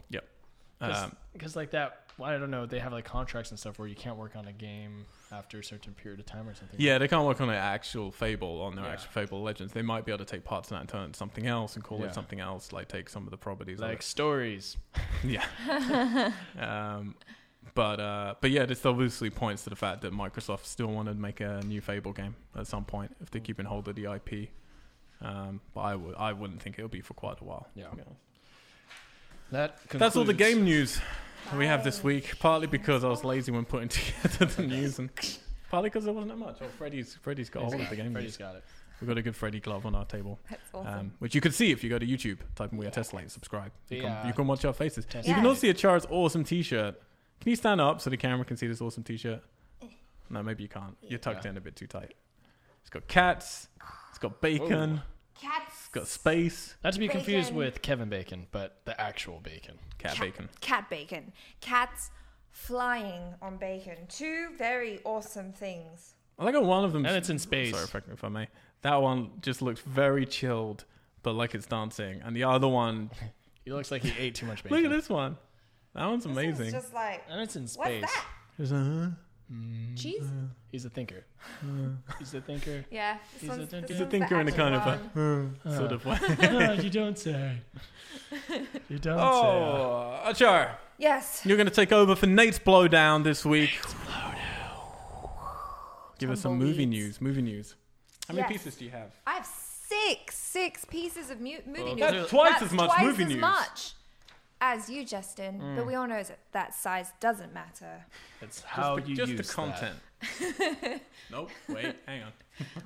Because Um, like that, well, I don't know. They have like contracts and stuff where you can't work on a game after a certain period of time or something. yeah, they can't work on an actual Fable on their Yeah. actual Fable Legends. They might be able to take parts of that and turn it into something else and call Yeah. it something else, like take some of the properties of it. like stories. Yeah. um, but uh, but yeah, this obviously points to the fact that Microsoft still wanted to make a new Fable game at some point if they're Mm. keeping hold of the IP. Um, but I would I wouldn't think it'll be for quite a while. Yeah. to be honest. That That's all the concludes- game news that we have this Bye. week. Partly because I was lazy when putting together the news, and partly because there wasn't that much. Oh, Freddy's Freddy's got hold of the game Freddy's news. got it. We've got a good Freddy glove on our table, That's awesome. um, which you can see if you go to YouTube. Type in "We Are Yeah. Tesla" and subscribe. You, Yeah. can, you can watch our faces. You Yeah. can also see a Char's awesome T-shirt. Can you stand up so the camera can see this awesome T-shirt? No, maybe you can't. You're tucked Oh. Yeah. in a bit too tight. It's got cats. It's got bacon. Cats. It's got space. Not to be confused Bacon. with Kevin Bacon, but the actual bacon. Cat bacon. Cat bacon. Cats flying on bacon. Two very awesome things. I like how one of them. And it's in space. Sorry, if I, if I may. That one just looks very chilled, but like it's dancing. And the other one, He looks like he ate too much bacon. look at this one. That one's This one's amazing. just like, And it's in what's space. Mm-hmm. that? Just, uh, Cheese? He's a thinker. He's a thinker. Yeah. He's This one's, a thinker. this He's It's a one's the thinker in a actual kind of one. a uh, sort Uh. of way. oh, you don't say. You don't oh, Achar, Yes. you're going to take over for Nate's blowdown this week. Give us some movie Tumbleweeds. news. Movie news. How many Yes. pieces do you have? I have six, six pieces of mu- movie news. That's twice as much twice movie as news. much as you, Justin. Mm. But we all know that that size doesn't matter. It's how just the, you just use the that. content. nope. Wait. Hang on.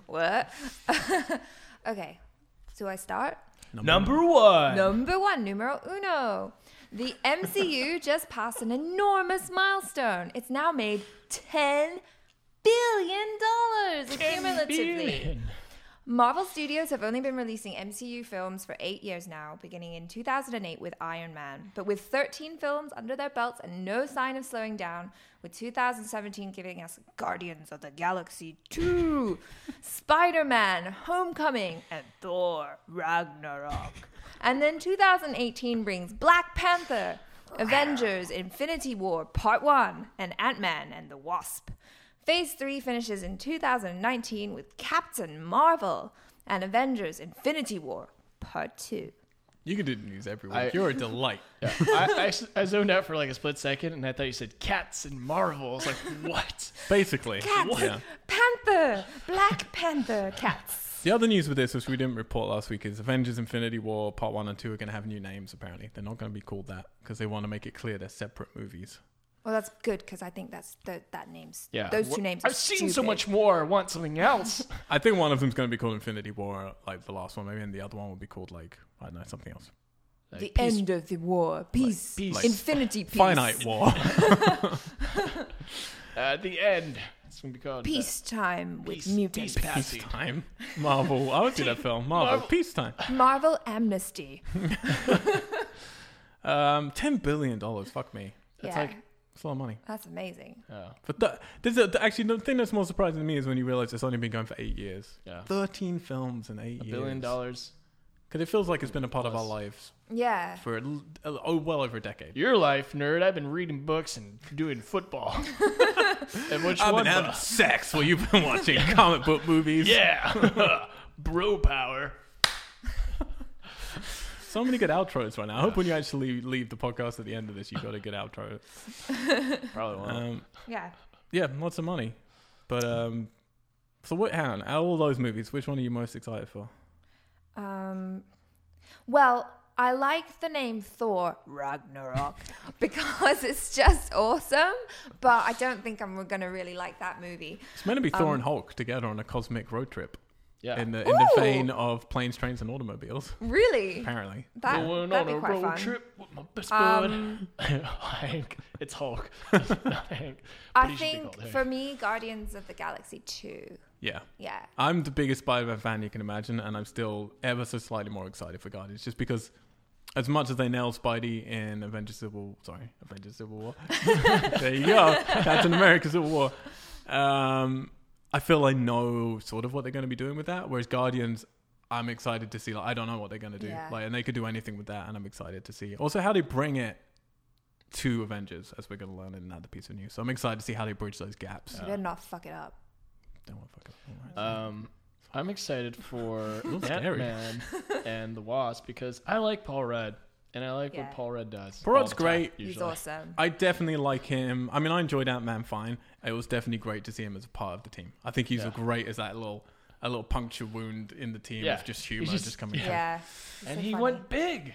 What? okay. Do I start? Number one. Number one, numero uno. The MCU just passed an enormous milestone. It's now made $10 billion cumulatively. Billion. Marvel Studios have only been releasing MCU films for eight years now, beginning in 2008 with Iron Man. But with 13 films under their belts and no sign of slowing down, with 2017 giving us Guardians of the Galaxy 2, Spider Man, Homecoming, and Thor, Ragnarok. And then 2018 brings Black Panther, Avengers, Infinity War Part 1, and Ant Man and the Wasp. Phase 3 finishes in 2019 with Captain Marvel and Avengers Infinity War Part 2. You can do news every week. I- You're a delight. Yeah. I, I s- I zoned out for like a split second, and I thought you said cats and Marvel. I was like, what? Basically. Cats! Yeah. Panther! Black Panther cats. The other news with this, which we didn't report last week, is Avengers Infinity War Part 1 and 2 are going to have new names, apparently. They're not going to be called that because they want to make it clear they're separate movies. Well, that's good because I think that's the, that name's Yeah. those Wha- two names. are I've seen so stupid. much more. I want something else. I think one of them's going to be called Infinity War, like the last one, maybe, and the other one will be called, like, I don't know, something else. Like, The peace- end of the war, peace, peace. infinity, peace, Finite War. At Uh, the end. That's what we call it. peacetime with Peace- mutants. peace passing. Peacetime. Marvel. I would do that film. Marvel. Marvel. Peacetime. Marvel amnesty. Um, $10 billion. Fuck me. That's yeah, like- That's a lot of money. that's amazing. Oh, But th- there's a, actually, the thing that's more surprising to me is when you realize it's only been going for eight years. yeah. 13 films in eight A years. billion dollars. Because it feels like it's been a part of our Plus. lives Yeah, for l- oh, well over a decade. Your life, nerd. I've been reading books and doing football. and which one? bro? sex while you've been watching comic book movies. Yeah. Bro power. So many good outros right now. I hope when you actually leave the podcast at the end of this, you've got a good outro. Probably won't. Um, yeah. yeah, lots of money. But um, so what, hang on, out of all those movies, which one are you most excited for? Um, well, I like the name Thor Ragnarok because it's just awesome, but I don't think I'm going to really like that movie. Um, It's meant to be Thor and uh, Hulk together on a cosmic road trip. Yeah. in the in the Ooh. vein of planes, trains, and automobiles. Really? Apparently, That, Going that'd on be a quite road fun. trip with my best Um, bud. Hank. It's Hulk. Not Hank. But I he should be think called Hank. for me, Guardians of the Galaxy 2. yeah. Yeah. I'm the biggest Spider-Man fan you can imagine, and I'm still ever so slightly more excited for Guardians, just because as much as they nailed Spidey in Avengers Civil, sorry, Avengers Civil War. there you go, Captain America Civil War. Um, I feel I know sort of what they're going to be doing with that, whereas Guardians. I'm excited to see. Like, I don't know what they're going to do. Yeah. Like, and they could do anything with that, and I'm excited to see. Also, how they bring it to Avengers, as we're going to learn in another piece of news. So I'm excited to see how they bridge those gaps. So you better not fuck it up. Don't want to fuck up. All right. Um, I'm excited for little Ant scary. Man and the Wasp because I like Paul Rudd and I like Yeah. what Paul Rudd does. Paul all Rudd's the time, great. usually. He's awesome. I definitely like him. I mean, I enjoyed Ant Man fine. It was definitely great to see him as a part of the team. I think he's Yeah. great as that little a little puncture wound in the team Yeah. of just humor He's just- just, coming. yeah. Yeah. He's And so he funny. went big,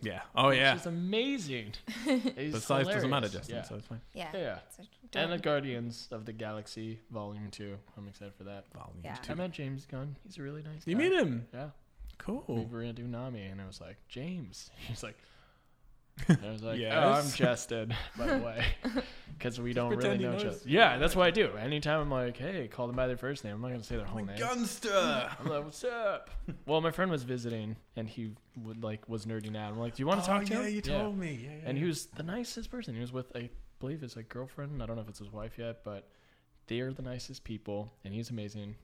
yeah. Oh yeah. which is amazing. He's But size doesn't matter, hilarious. Justin. Yeah. So it's fine. Yeah. yeah. yeah. So do And the it. Guardians of the Galaxy Volume Two. I'm excited for that. Volume Yeah. two. I met James Gunn. He's a really nice. You Oh. guy. meet him? Yeah. We Cool. were gonna do Nami, and I was like, James. He's like, and I was like, oh, I'm Yes. Justin, by the way, because we don't really pretend he know each other. knows. Yeah, that's what I do. Anytime I'm like, hey, call them by their first name. I'm not gonna Oh say their whole name. Gunster. I'm like, what's up? well, my friend was visiting, and he would like was nerding out. I'm like, do you want to talk to Oh, yeah, him? you told me. Yeah, yeah, And he yeah. was the nicest person. He was with, I believe, his like girlfriend. I don't know if it's his wife yet, but they are the nicest people, and he's amazing.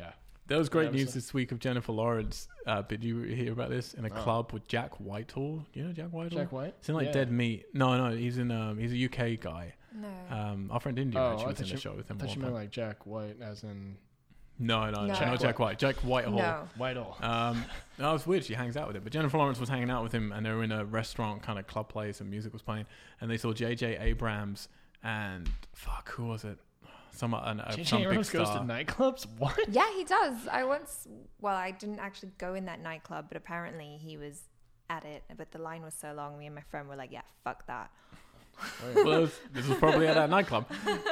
Yeah. There was great Yeah, it was news a- this week of Jennifer Lawrence. Uh, did you hear about this? In a club with Jack Whitehall. Do you know Jack Whitehall? Jack White. It's in like Yeah. Dead Meat. No, no, he's in. Um, he's a UK guy. No. Um, our friend India Oh, I actually was thought in the you- show with I him. at thought one you meant point. like Jack White, as in No, no, no, Jack not Jack White. Jack Whitehall. no. Whitehall. Um, no, it's weird. She hangs out with him. But Jennifer Lawrence was hanging out with him, and they were in a restaurant kind of club place, and music was playing. And they saw J.J. Abrams and fuck, who was it? Some uh, an- uh, some JJ big Abrams star. goes to nightclubs. What? Yeah, he does. I once, well, I didn't actually go in that nightclub, but apparently he was at it. But the line was so long, me and my friend were like, yeah, fuck that. well, this- this was probably at that nightclub.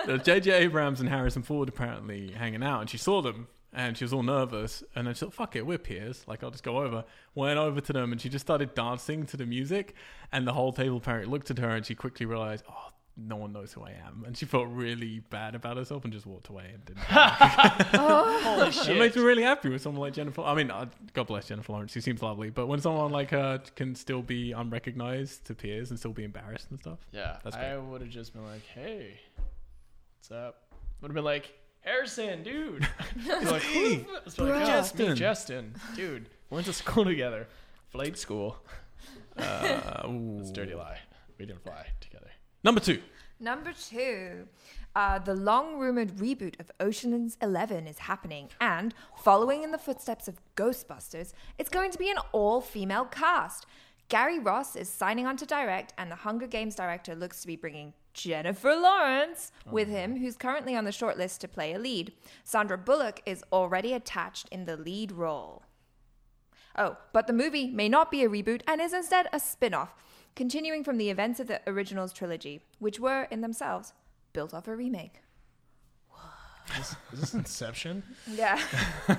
There was J.J. Abrams and Harrison Ford apparently hanging out, and she saw them, and she was all nervous. And then she thought, "Fuck it, we're peers. Like, I'll just go over." Went over to them, and she just started dancing to the music. And the whole table apparently looked at her, and she quickly realized, "Oh, no one knows who I am." And she felt really bad about herself, and just walked away and didn't. Holy shit! It makes me really happy with someone like Jennifer. I mean, uh, God bless Jennifer Lawrence. She seems lovely, but when someone like her can still be unrecognized to peers and still be embarrassed and stuff. yeah, That's I would have just been like, "Hey, what's up?" Would have been like, "Harrison, dude." it's like, me, "Who the f-" it's like, bruh. "Oh, it's me, Justin." Justin, dude. Went to school together. Flight school. Uh, ooh. It's a dirty lie. We didn't fly together. Number two. Number two, uh, the long rumored reboot of Ocean's Eleven is happening, and following in the footsteps of Ghostbusters, it's going to be an all female cast. Gary Ross is signing on to direct, and the Hunger Games director looks to be bringing Jennifer Lawrence with him, who's currently on the shortlist to play a lead. Sandra Bullock is already attached in the lead role. Oh, but the movie may not be a reboot and is instead a spin off, continuing from the events of the originals trilogy, which were, in themselves, built off a remake. Is, is this Inception? Yeah.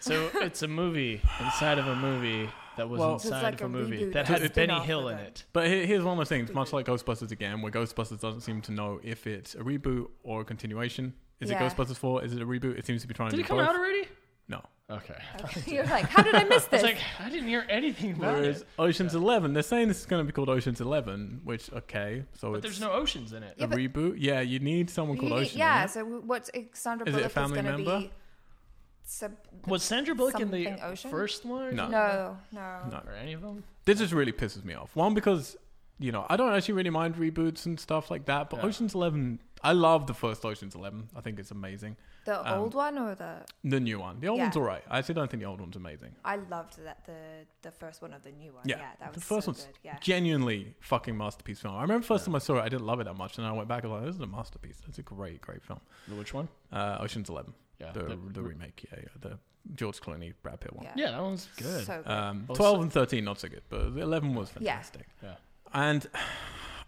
so it's a movie inside of a movie that was Well- It's inside like of a, a movie reboot that that's had a Benny spin-off Hill of in it. it. But here- here's one of those things, much like Ghostbusters again, where Ghostbusters doesn't seem to know if it's a reboot or a continuation. Is Yeah. it Ghostbusters 4? Is it a reboot? It seems to be trying Did to it do come both. out already? No. Okay. You're like, how did I miss I was this? like, I didn't hear anything about Whereas it. Ocean's Eleven, they're saying this is going to be called Ocean's Eleven, which, okay, so But it's there's no oceans in it. a Yeah, but- reboot. Yeah, you need someone You- called Ocean. yeah, right? so what's Sandra Is it a Bullock family is going to member? be. Sub- Was Sandra Bullock in the Something ocean? first one? No. no, no. No. Or any of them? This just really pisses me off. One because you know I don't actually really mind reboots and stuff like that, but Yeah. Ocean's Eleven, I love the first Ocean's Eleven. I think it's amazing. The Um, old one or the. The new one, the old Yeah. one's alright. I actually don't think the old one's amazing. I loved that the the first one of the new one. Oh, Yeah, Yeah, that was the first so one's good. Yeah. genuinely fucking masterpiece film. I remember first time I saw it, I didn't love it that much, and I went back and was like, "This is a masterpiece. It's a great, great film." Which one? Uh, Ocean's Eleven, Yeah. the, the, that- remake, yeah, yeah, the George Clooney, Brad Pitt one. Yeah. yeah, that one's good. So good. Um, Also- 12 and 13, not so good, but the 11 was fantastic. Yeah. And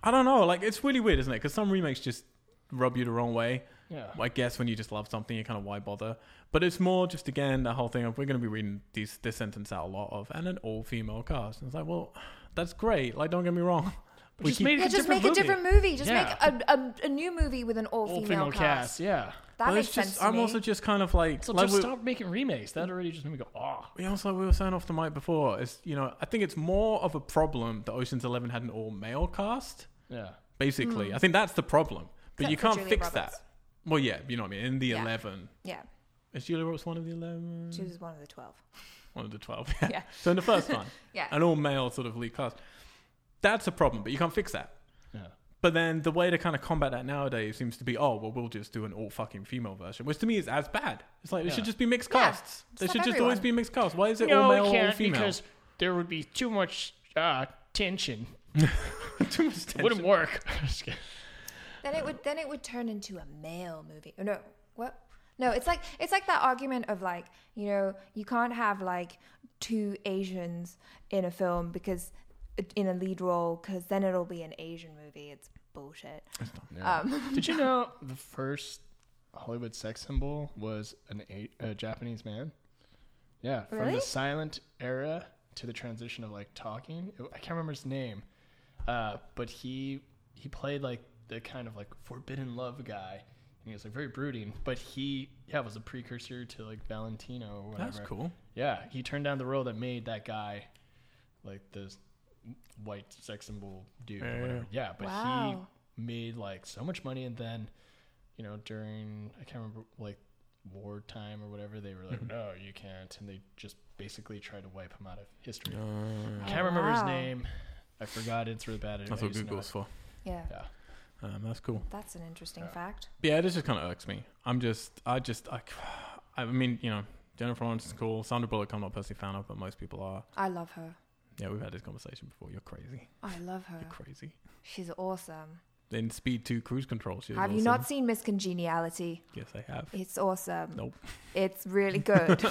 I don't know, like, it's really weird, isn't it? Because some remakes just rub you the wrong way. Yeah. I guess when you just love something, you kind of why bother. But it's more just again the whole thing of we're going to be reading these this sentence out a lot of and an all female cast. And it's like, well, that's great. Like, don't get me wrong. But just made it Yeah, a just different make a movie. different movie. Just Yeah. make a, a, a new movie with an All all-female female cast. cast. Yeah. That But makes it's just, sense to I'm me. also just kind of like, So like just we- stop making remakes. That already just made me go, oh. we also we were saying off the mic before is you know I think it's more of a problem that Ocean's Eleven had an all male cast. Yeah. Basically, I think that's the problem. But Hmm. Except you for can't Julia fix Roberts. that. Well, yeah, you know what I mean. In the Yeah. eleven, yeah, is Julia Roberts one of the eleven? she was one of the twelve. One of the twelve. Yeah. Yeah. So in the first one, Yeah. an all male sort of lead cast. That's a problem, but you can't fix that. Yeah. But then the way to kind of combat that nowadays seems to be, oh well, we'll just do an all fucking female version, which to me is as bad. It's like it Yeah. should just be mixed Yeah. casts. It's They like should just always everyone. be mixed casts. Why is it all No, male, it all can't female? because there would be too much uh, tension. Too much It wouldn't work. Just kidding. Then it would then it would turn into a male movie. Oh, No, what? No, it's like it's like that argument of like you know you can't have like two Asians in a film because in a lead role because then it'll be an Asian movie. It's bullshit. Did you know the first Hollywood sex symbol was an a, a Japanese man? Yeah, from Really? the silent era to the transition of like talking. I can't remember his name, uh, but he he played like the kind of like forbidden love guy, and he was like very brooding. But he yeah was a precursor to like Valentino or whatever. That's cool. Yeah, he turned down the role that made that guy like this white sex symbol dude Yeah, yeah, or whatever. Yeah, but Wow. he made like so much money and then, you know, during I can't remember like wartime or whatever, they were Mm-hmm. like, No, you can't and they just basically tried to wipe him out of history. I can't remember his Wow. name. I forgot it's really bad. That's I what used to know Google's it. for. Yeah, Yeah. Um, that's cool. that's an interesting fact. Yeah, it just kind of irks me. I'm just, I just, I, I mean, you know, Jennifer Lawrence is cool. Sandra Bullock, I'm not personally a fan of, but most people are. I love her. Yeah, we've had this conversation before. You're crazy. I love her. You're crazy. She's awesome. In Speed 2 Cruise Control, she was Have you awesome. not seen Miss Congeniality? Yes, I have. It's awesome. Nope. It's really good.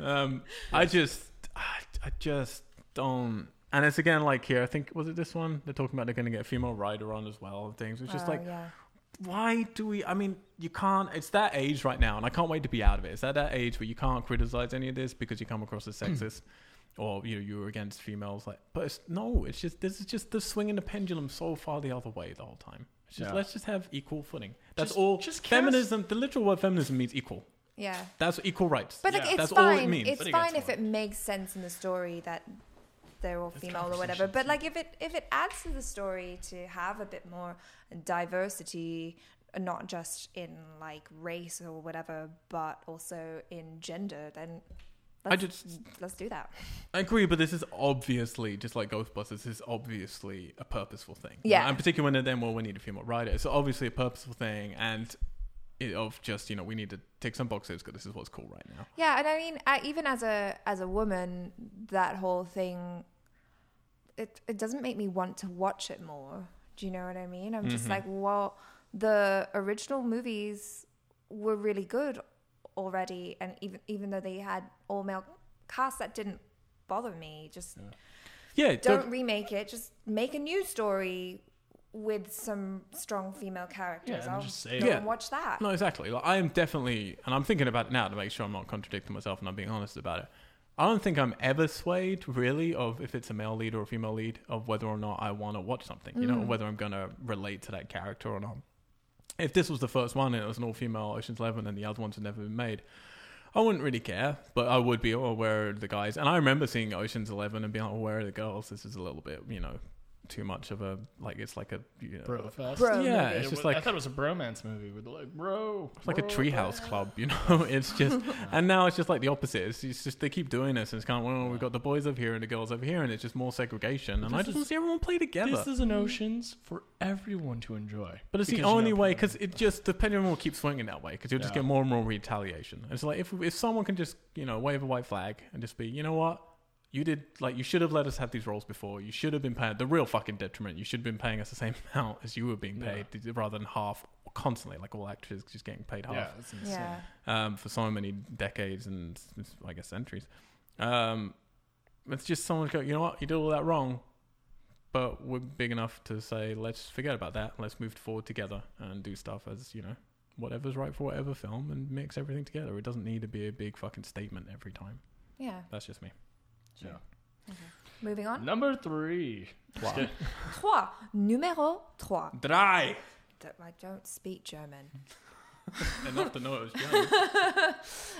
Um, I just, I, I just don't. And it's again like here. I think was it this one? They're talking about they're going to get a female rider on as well and things. It's just Oh, like, yeah. why do we i mean you can't it's that age right now and i can't wait to be out of it it's at that age where you can't criticize any of this because you come across as Mm. sexist or you know you're against females like but it's no it's just this is just the swinging the pendulum so far the other way the whole time it's just Yeah. let's just have equal footing that's Just- all just cast- feminism the literal word feminism means equal Yeah. that's equal rights But like, Yeah. it's That's all fine. it means. It's I think fine that's if it makes sense in the story that they're all female or whatever. conversation. But like, if it if it adds to the story to have a bit more diversity, not just in like race or whatever, but also in gender, then I let's, just- let's do that. I agree, but this is obviously just like Ghostbusters. This is obviously a purposeful thing, Yeah. And particularly when they're then, well, we need a female writer. It's obviously a purposeful thing, and it, of just you know, we need to tick some boxes because this is what's cool right now. Yeah, and I mean, I, even as a as a woman, that whole thing, it it doesn't make me want to watch it more. Do you know what I mean? I'm just like, well, the original movies were really good already, and even even though they had all male casts, that didn't bother me. Just Yeah, don't, don't remake it. Just make a new story with some strong female characters. and I'll just just say- go Yeah. and watch that. no, exactly. Like, I am definitely, and I'm thinking about it now to make sure I'm not contradicting myself and I'm being honest about it. I don't think I'm ever swayed really of if it's a male lead or a female lead of whether or not I want to watch something, you know, or whether I'm going to relate to that character or not. If this was the first one and it was an all female Ocean's Eleven and the other ones had never been made, I wouldn't really care, but I would be, oh, where are the guys? And I remember seeing Ocean's Eleven and being like, oh, where are the girls? This is a little bit, you know, too much of a, like, it's like a, you know, Bro fest. Bro yeah, movie. it's It just wa- like I thought it was a bromance movie with like bro. it's like a treehouse club, you know. It's just, and now it's just like the opposite. It's, it's just they keep doing this, and it's kind of, well, we've got the boys over here and the girls over here, and it's just more segregation. And I This just is- want to see everyone play together. This is an oceans for everyone to enjoy. but it's Because, the you know, only way people- because it just the pendulum will keep swinging that way because you'll just Yeah. get more and more retaliation. It's like if if someone can just you know wave a white flag and just be, you know what, you did like you should have let us have these roles before. You should have been paying the real fucking detriment. You should have been paying us the same amount as you were being Yeah. paid rather than half constantly, like all actors just getting paid half. Yeah, it's insane. yeah. um, for so many decades and s- I guguess centuries. Um, it's just someone go, you know what, you did all that wrong. but we're big enough to say let's forget about that. Let's move forward together and do stuff as you know whatever's right for whatever film and mix everything together. It doesn't need to be a big fucking statement every time. Yeah. That's just me. Sure. Moving on. Number three. Wow. Trois. Numéro trois. Drei. D- I don't speak German. Enough to know it was German.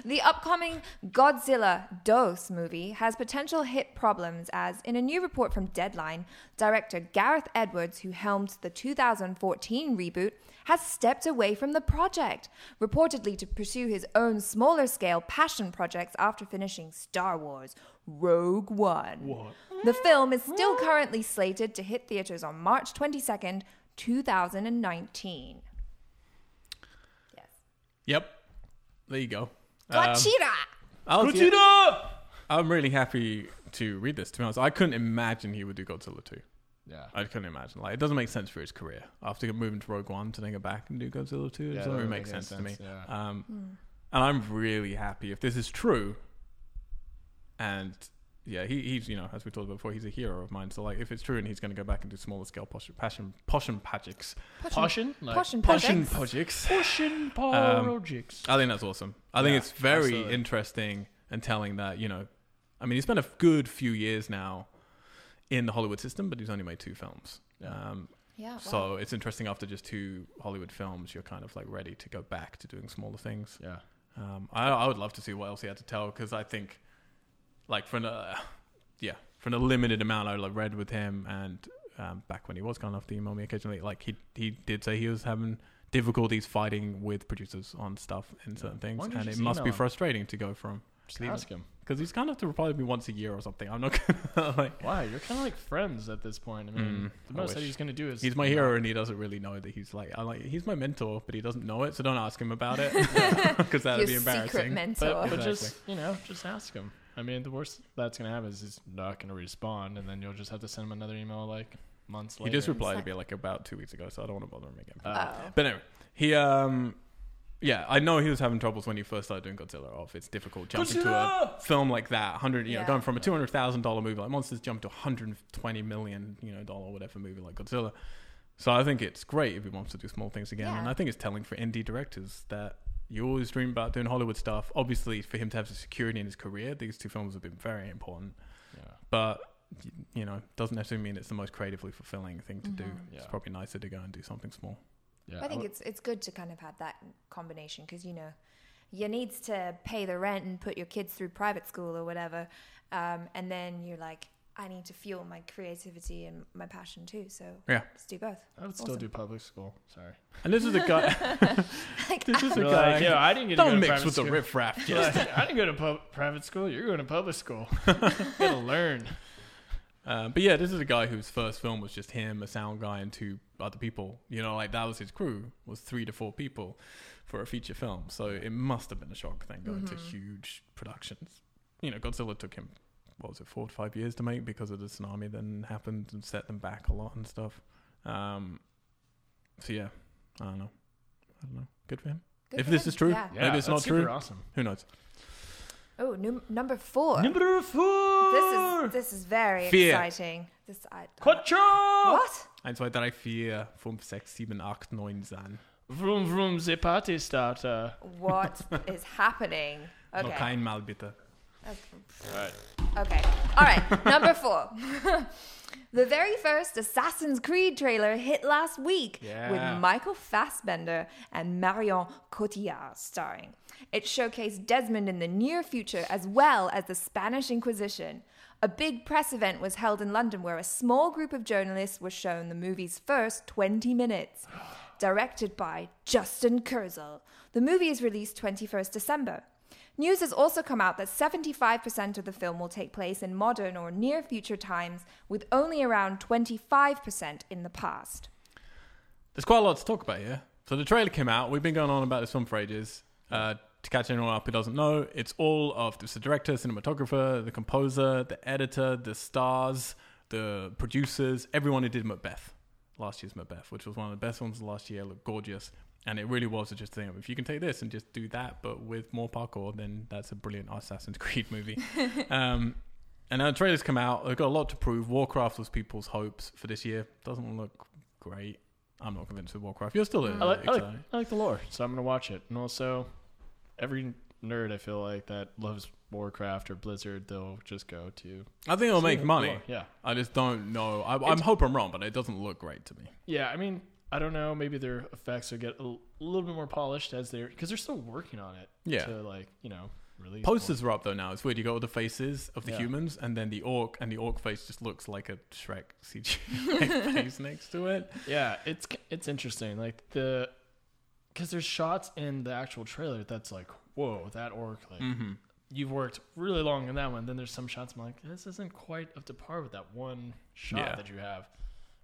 The upcoming Godzilla Dos movie has potential hit problems, as in a new report from Deadline, director Gareth Edwards, who helmed the 2014 reboot, has stepped away from the project, reportedly to pursue his own smaller scale passion projects after finishing Star Wars Rogue One. The film is still currently slated to hit theaters on March 22nd, 2019. Yes. Yep. There you go. Um, Godzilla! I'll- Kuchida! I'm really happy to read this. To be honest, I couldn't imagine he would do Godzilla 2. Yeah. I couldn't imagine. Like, it doesn't make sense for his career. After moving to Rogue One, to then go back and do Godzilla 2, it Yeah, that doesn't really doesn't make make sense, to me. sense, yeah. Um, And I'm really happy if this is true. And yeah, he, he's, you know, as we talked about before, he's a hero of mine. So, like, if it's true and he's going to go back and do smaller scale posh, passion, poshing projects, Passion? Like, Posh and poshing projects. projects, Passion Um, projects. I think that's awesome. I think Yeah, it's very absolutely. interesting and telling that, you know, I mean, he's spent a good few years now in the Hollywood system, but he's only made two films. Um, Yeah. wow. So it's interesting after just two Hollywood films, you're kind of like ready to go back to doing smaller things. Yeah. Um, I, I would love to see what else he had to tell because I think, like, from the yeah, from the limited amount I like read with him and um, back when he was kind enough to email me occasionally, like he he did say he was having difficulties fighting with producers on stuff and certain things, Why don't you and it just must email be him? frustrating to go from Just ask him. because he's kind of to reply to me once a year or something. I'm not gonna, like Why? You're kind of like friends at this point. I mean, Mm, the I most that wish. he's going to do is. he's my hero and he doesn't really know that he's like I like he's my mentor, but he doesn't know it, so don't ask him about it because that Your would secret be embarrassing. mentor. But, but Exactly. just, you know, just ask him. I mean, the worst that's going to happen is he's not going to respond, and then you'll just have to send him another email like months He later. just and- replied to me like about two weeks ago, so I don't want to bother him again. Uh, Oh. But anyway, he um yeah, I know he was having troubles when he first started doing Godzilla off. It's difficult jumping to a film like that, hundred you Yeah. know, going from a two hundred thousand dollar movie like Monsters jump to a hundred and twenty million, you know, dollar whatever movie like Godzilla. So I think it's great if he wants to do small things again. Yeah. And I think it's telling for indie directors that you always dream about doing Hollywood stuff. Obviously for him to have the security in his career, these two films have been very important. yeah. But y- you know, doesn't necessarily mean it's the most creatively fulfilling thing to do. Mhm. It's Yeah. probably nicer to go and do something small. Yeah. I think would- it's it's good to kind of have that combination because you know, you needs to pay the rent and put your kids through private school or whatever, um, and then you're like, I need to fuel my creativity and my passion too. So Yeah. let's do both. I would still awesome. do public school. Sorry. And this is a guy. Like, this is a You're guy. like, yo, I didn't get to go don't to mix private with school. the riffraff. You're like, I didn't go to pub- private school. You're going to public school. you gotta learn. Uh, but yeah, this is a guy whose first film was just him, a sound guy, and two other people. You know, like that was his crew was three to four people for a feature film. So it must have been a shock then going Mm-hmm. to huge productions. You know, Godzilla took him what was it four to five years to make because of the tsunami then happened and set them back a lot and stuff. Um, so yeah, I don't know. I don't know. Good for him. good if for this him. is true, yeah. Maybe that's it's not super true. Awesome. Who knows? Oh, num- number four. Number four. this is this is very Fear. Oh. exciting. This I, Quattro. what? Eins, zwei, drei, vier, fünf, sechs, sieben, acht, neun, sein. Vroom vroom. The party starter. What is happening? Okay. Noch einmal bitte. Okay. All right. Number four. the very first Assassin's Creed trailer hit last week Yeah. with Michael Fassbender and Marion Cotillard starring. It showcased Desmond in the near future as well as the Spanish Inquisition. A big press event was held in London where a small group of journalists were shown the movie's first 20 minutes. Directed by Justin Kurzel. The movie is released 21st December. News has also come out that 75% of the film will take place in modern or near future times, with only around 25% in the past. There's quite a lot to talk about here. So the trailer came out. We've been going on about this film for ages. Uh, to catch anyone up who doesn't know, it's all of it's the director, cinematographer, the composer, the editor, the stars, the producers, everyone who did Macbeth, last year's Macbeth, which was one of the best films of last year, looked gorgeous. And it really was just a thing of if you can take this and just do that, but with more parkour, then that's a brilliant Assassin's Creed movie. um, And now the trailers come out. They've got a lot to prove. Warcraft was people's hopes for this year. Doesn't look great. I'm not convinced with Warcraft. You're still uh, I like, I, like, excited. I like the lore, so I'm gonna watch it. And also, every nerd I feel like that loves Warcraft or Blizzard, they'll just go to I think it'll make money. Yeah, I just don't know. I, I'm hope I'm wrong, but it doesn't look great to me. yeah. I mean, I don't know. Maybe their effects will get a l- little bit more polished as they're because they're still working on it. Yeah. To like you know release more. Posters are up though now. It's weird. You got all the faces of the Yeah. humans, and then the orc, and the orc face just looks like a Shrek CGI face next to it. Yeah, it's it's interesting. Like the because there's shots in the actual trailer that's like, whoa, that orc. Like Mm-hmm. you've worked really long on that one. Then there's some shots I'm like, this isn't quite up to par with that one shot Yeah. that you have.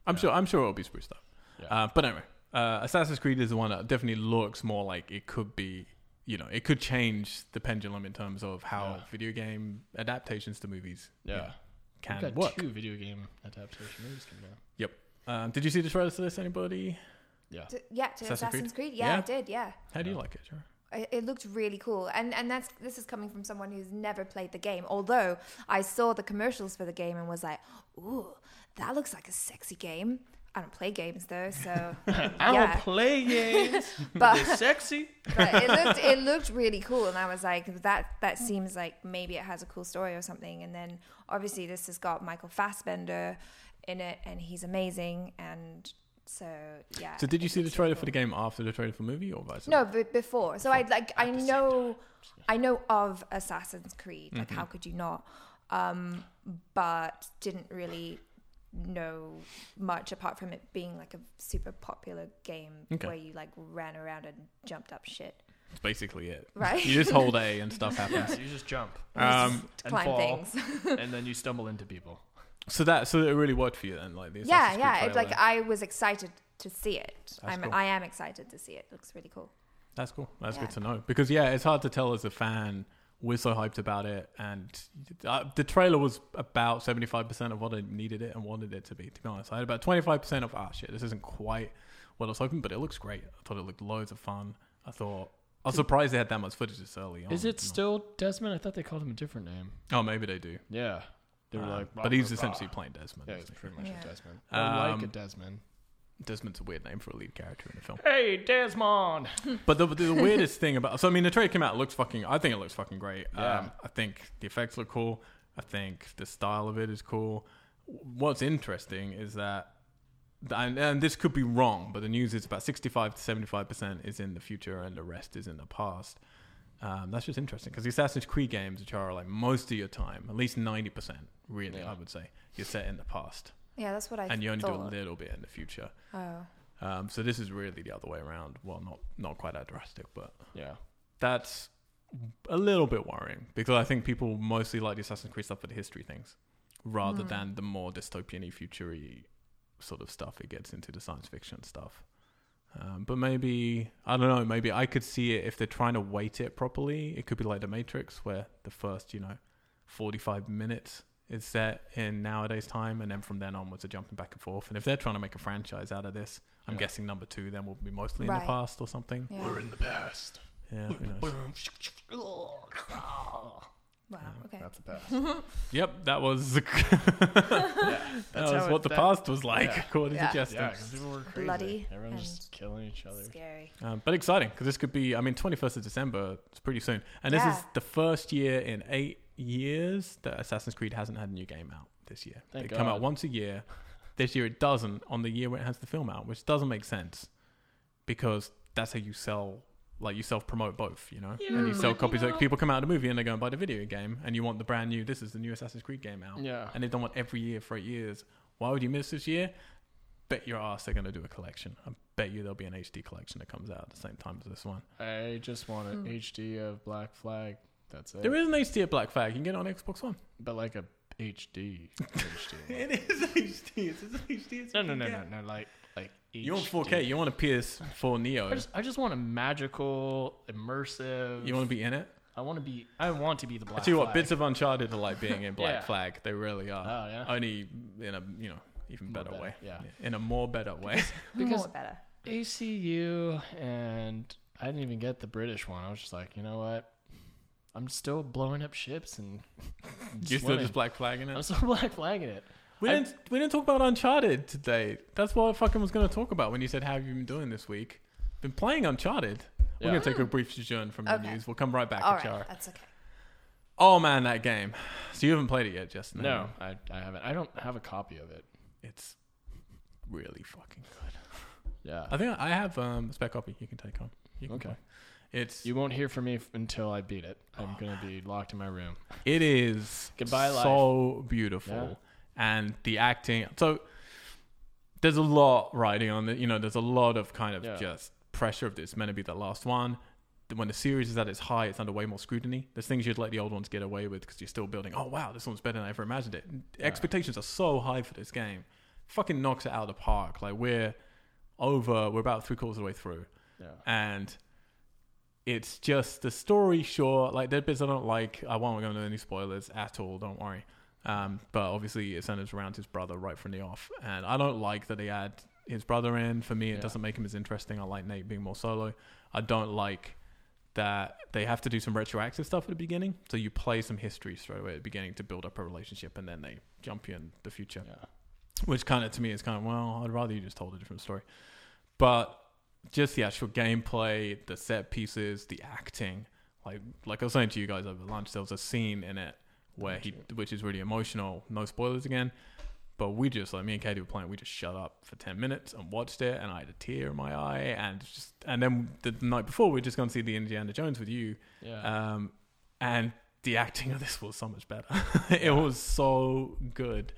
I'm Yeah. sure. I'm sure it'll be spruced up. Yeah. Uh, but anyway, uh, Assassin's Creed is the one that definitely looks more like it could be. You know, it could change the pendulum in terms of how Yeah. video game adaptations to movies you know, yeah. We've can got work. two video game adaptation movies coming out. Um, did you see the trailers to this? Anybody? Yeah. To- yeah, to Assassin's Assassin's, Creed? Creed. Yeah, Yeah. I did. Yeah, How do you No. like it, Jura? it, it looked really cool. And and that's this is coming from someone who's never played the game. Although I saw the commercials for the game and was like, ooh, that looks like a sexy game. I don't play games though, so I Yeah. don't play games. but They're sexy. but it looked it looked really cool and i was like that that seems like maybe it has a cool story or something and then obviously this has got michael fassbender in it and he's amazing and so yeah So, did you it see the looks trailer really for the game after the trailer for the movie, or vice cool. no versa? but before so i like i know i know of assassin's creed like Mm-hmm. how could you not um but didn't really know much apart from it being like a super popular game Okay. where you like ran around and jumped up shit That's basically it. right You just hold A and stuff happens. Yeah, you just jump Um, and climb fall, things and then you stumble into people. So that so it really worked for you then, like the yeah, Assassin's yeah. Creed It, trailer. like I was excited to see it. That's I'm, cool. I am excited to see it. Looks really cool. that's cool. That's Yeah. good to know because yeah, it's hard to tell as a fan. We're so hyped about it, and uh, the trailer was about seventy five percent of what I needed it and wanted it to be. To be honest, I had about twenty five percent of ah shit, this isn't quite what I was hoping, but it looks great. I thought it looked loads of fun. I thought I was surprised they had that much footage this early. on. Is it still Desmond? I thought they called him a different name. Oh, maybe they do. Yeah. They were Uh, like, but he's essentially playing Desmond. Yeah, isn't he's he? pretty much Yeah. a Desmond. Or like a Um, Desmond. Desmond's a weird name for a lead character in a film. Hey, Desmond. But the, the weirdest thing about so I mean the trailer came out it looks fucking I think it looks fucking great. Yeah. Um, I think the effects look cool. I think the style of it is cool. What's interesting is that and, and this could be wrong, but the news is about 65 to 75 percent is in the future and the rest is in the past. Um, that's just interesting because the Assassin's Creed games, which are like most of your time, at least 90 percent, really, Yeah. I would say, you're set in the past Yeah, that's what I. and you only do a thought. little bit in the future. Oh, Um, so this is really the other way around. Well, not not quite that drastic, but Yeah. that's a little bit worrying because I think people mostly like the Assassin's Creed stuff for the history things rather Mm. than the more dystopian future sort of stuff it gets into the science fiction stuff. Um, but maybe, I don't know, maybe I could see it if they're trying to weight it properly. It could be like The Matrix, where the first, you know, 45 minutes is set in nowadays time, and then from then onwards, they're jumping back and forth. And if they're trying to make a franchise out of this, I'm Yeah. guessing number two then will be mostly in the Right. past or something. yeah. We're in the past. Yeah, who knows? Wow. Uh, Okay. That's the past. Yep, that was that That's was how what it- the that- past was like, yeah. according Yeah. to Justin. Yeah, because people were crazy. Bloody Everyone's just and killing each other. Scary. Um, but exciting because this could be. I mean, twenty first of December. It's pretty soon, and this is Yeah. the first year in eight years that Assassin's Creed hasn't had a new game out this year. Thank they come out God. once a year. This year it doesn't. On the year when it has the film out, which doesn't make sense because that's how you sell. Like you self promote both, you know, and you Yeah, Mm. sell but, you copies. know- Like people come out of the movie and they go and buy the video game, and you want the brand new. This is the new Assassin's Creed game out. Yeah. and they've done one every year for eight years. Why would you miss this year? Bet your ass they're going to do a collection. I bet you there'll be an HD collection that comes out at the same time as this one. I just want an Hmm. HD of Black Flag. That's it. There is an HD at Black Flag. You can get it on Xbox One. But like a HD. HD. is HD. It's as HD as no, no, no, no, no. Like, like HD. You want 4K. You want a PS4 Neo. I just, I just want a magical, immersive. You want to be in it? I want to be. I want to be the I Black tell you what, Flag. bits of Uncharted are like being in Black Yeah. Flag. They really are. Oh, yeah. Only in a, you know, even More better, better, way. yeah. In a more better way. Because- More better. ACU and I didn't even get the British one. I was just like, you know what? I'm still blowing up ships and You're still winning. just black flagging I'm it. still black flagging it. We I- didn't we didn't talk about Uncharted today. That's what I fucking was going to talk about when you said how have you been doing this week? Been playing Uncharted. We're Yeah. going to take a brief sojourn from the Okay. news. We'll come right back All to Char. right, that's okay. Oh man, that game. So you haven't played it yet, Justin? have No, you? I, I haven't. I don't have a copy of it. it's really fucking good. Yeah. I think I have um, a spec copy. You can take home. You can Okay. play. It's You won't hear from me f- until I beat it. Oh. I'm gonna be locked in my room. it is Goodbye, life. so beautiful, Yeah. and the acting. So there's a lot riding on it. You know, there's a lot of kind of Yeah. just pressure of this meant to be the last one. When the series is at its high, it's under way more scrutiny. There's things you'd let the old ones get away with because you're still building. Oh wow, this one's better than I ever imagined it. Expectations are so high for this game. Fucking knocks it out of the park. Like we're over. We're about three quarters of the way through Yeah. and it's just the story sure like there are bits i don't like i won't go into any spoilers at all don't worry um, but obviously it centers around his brother right from the off and i don't like that they add his brother in for me it Yeah. doesn't make him as interesting i like nate being more solo i don't like that they have to do some retroactive stuff at the beginning so you play some history straight away at the beginning to build up a relationship and then they jump you in the future Yeah. which kind of to me is kind of well i'd rather you just told a different story but just the actual gameplay the set pieces the acting like like i was saying to you guys over lunch there was a scene in it where he which is really emotional no spoilers again but we just like me and katie were playing we just shut up for 10 minutes and watched it and i had a tear in my eye and it's just and then the night before we are just gone to see the indiana jones with you Yeah. um, and the acting of this was so much better. it was so good.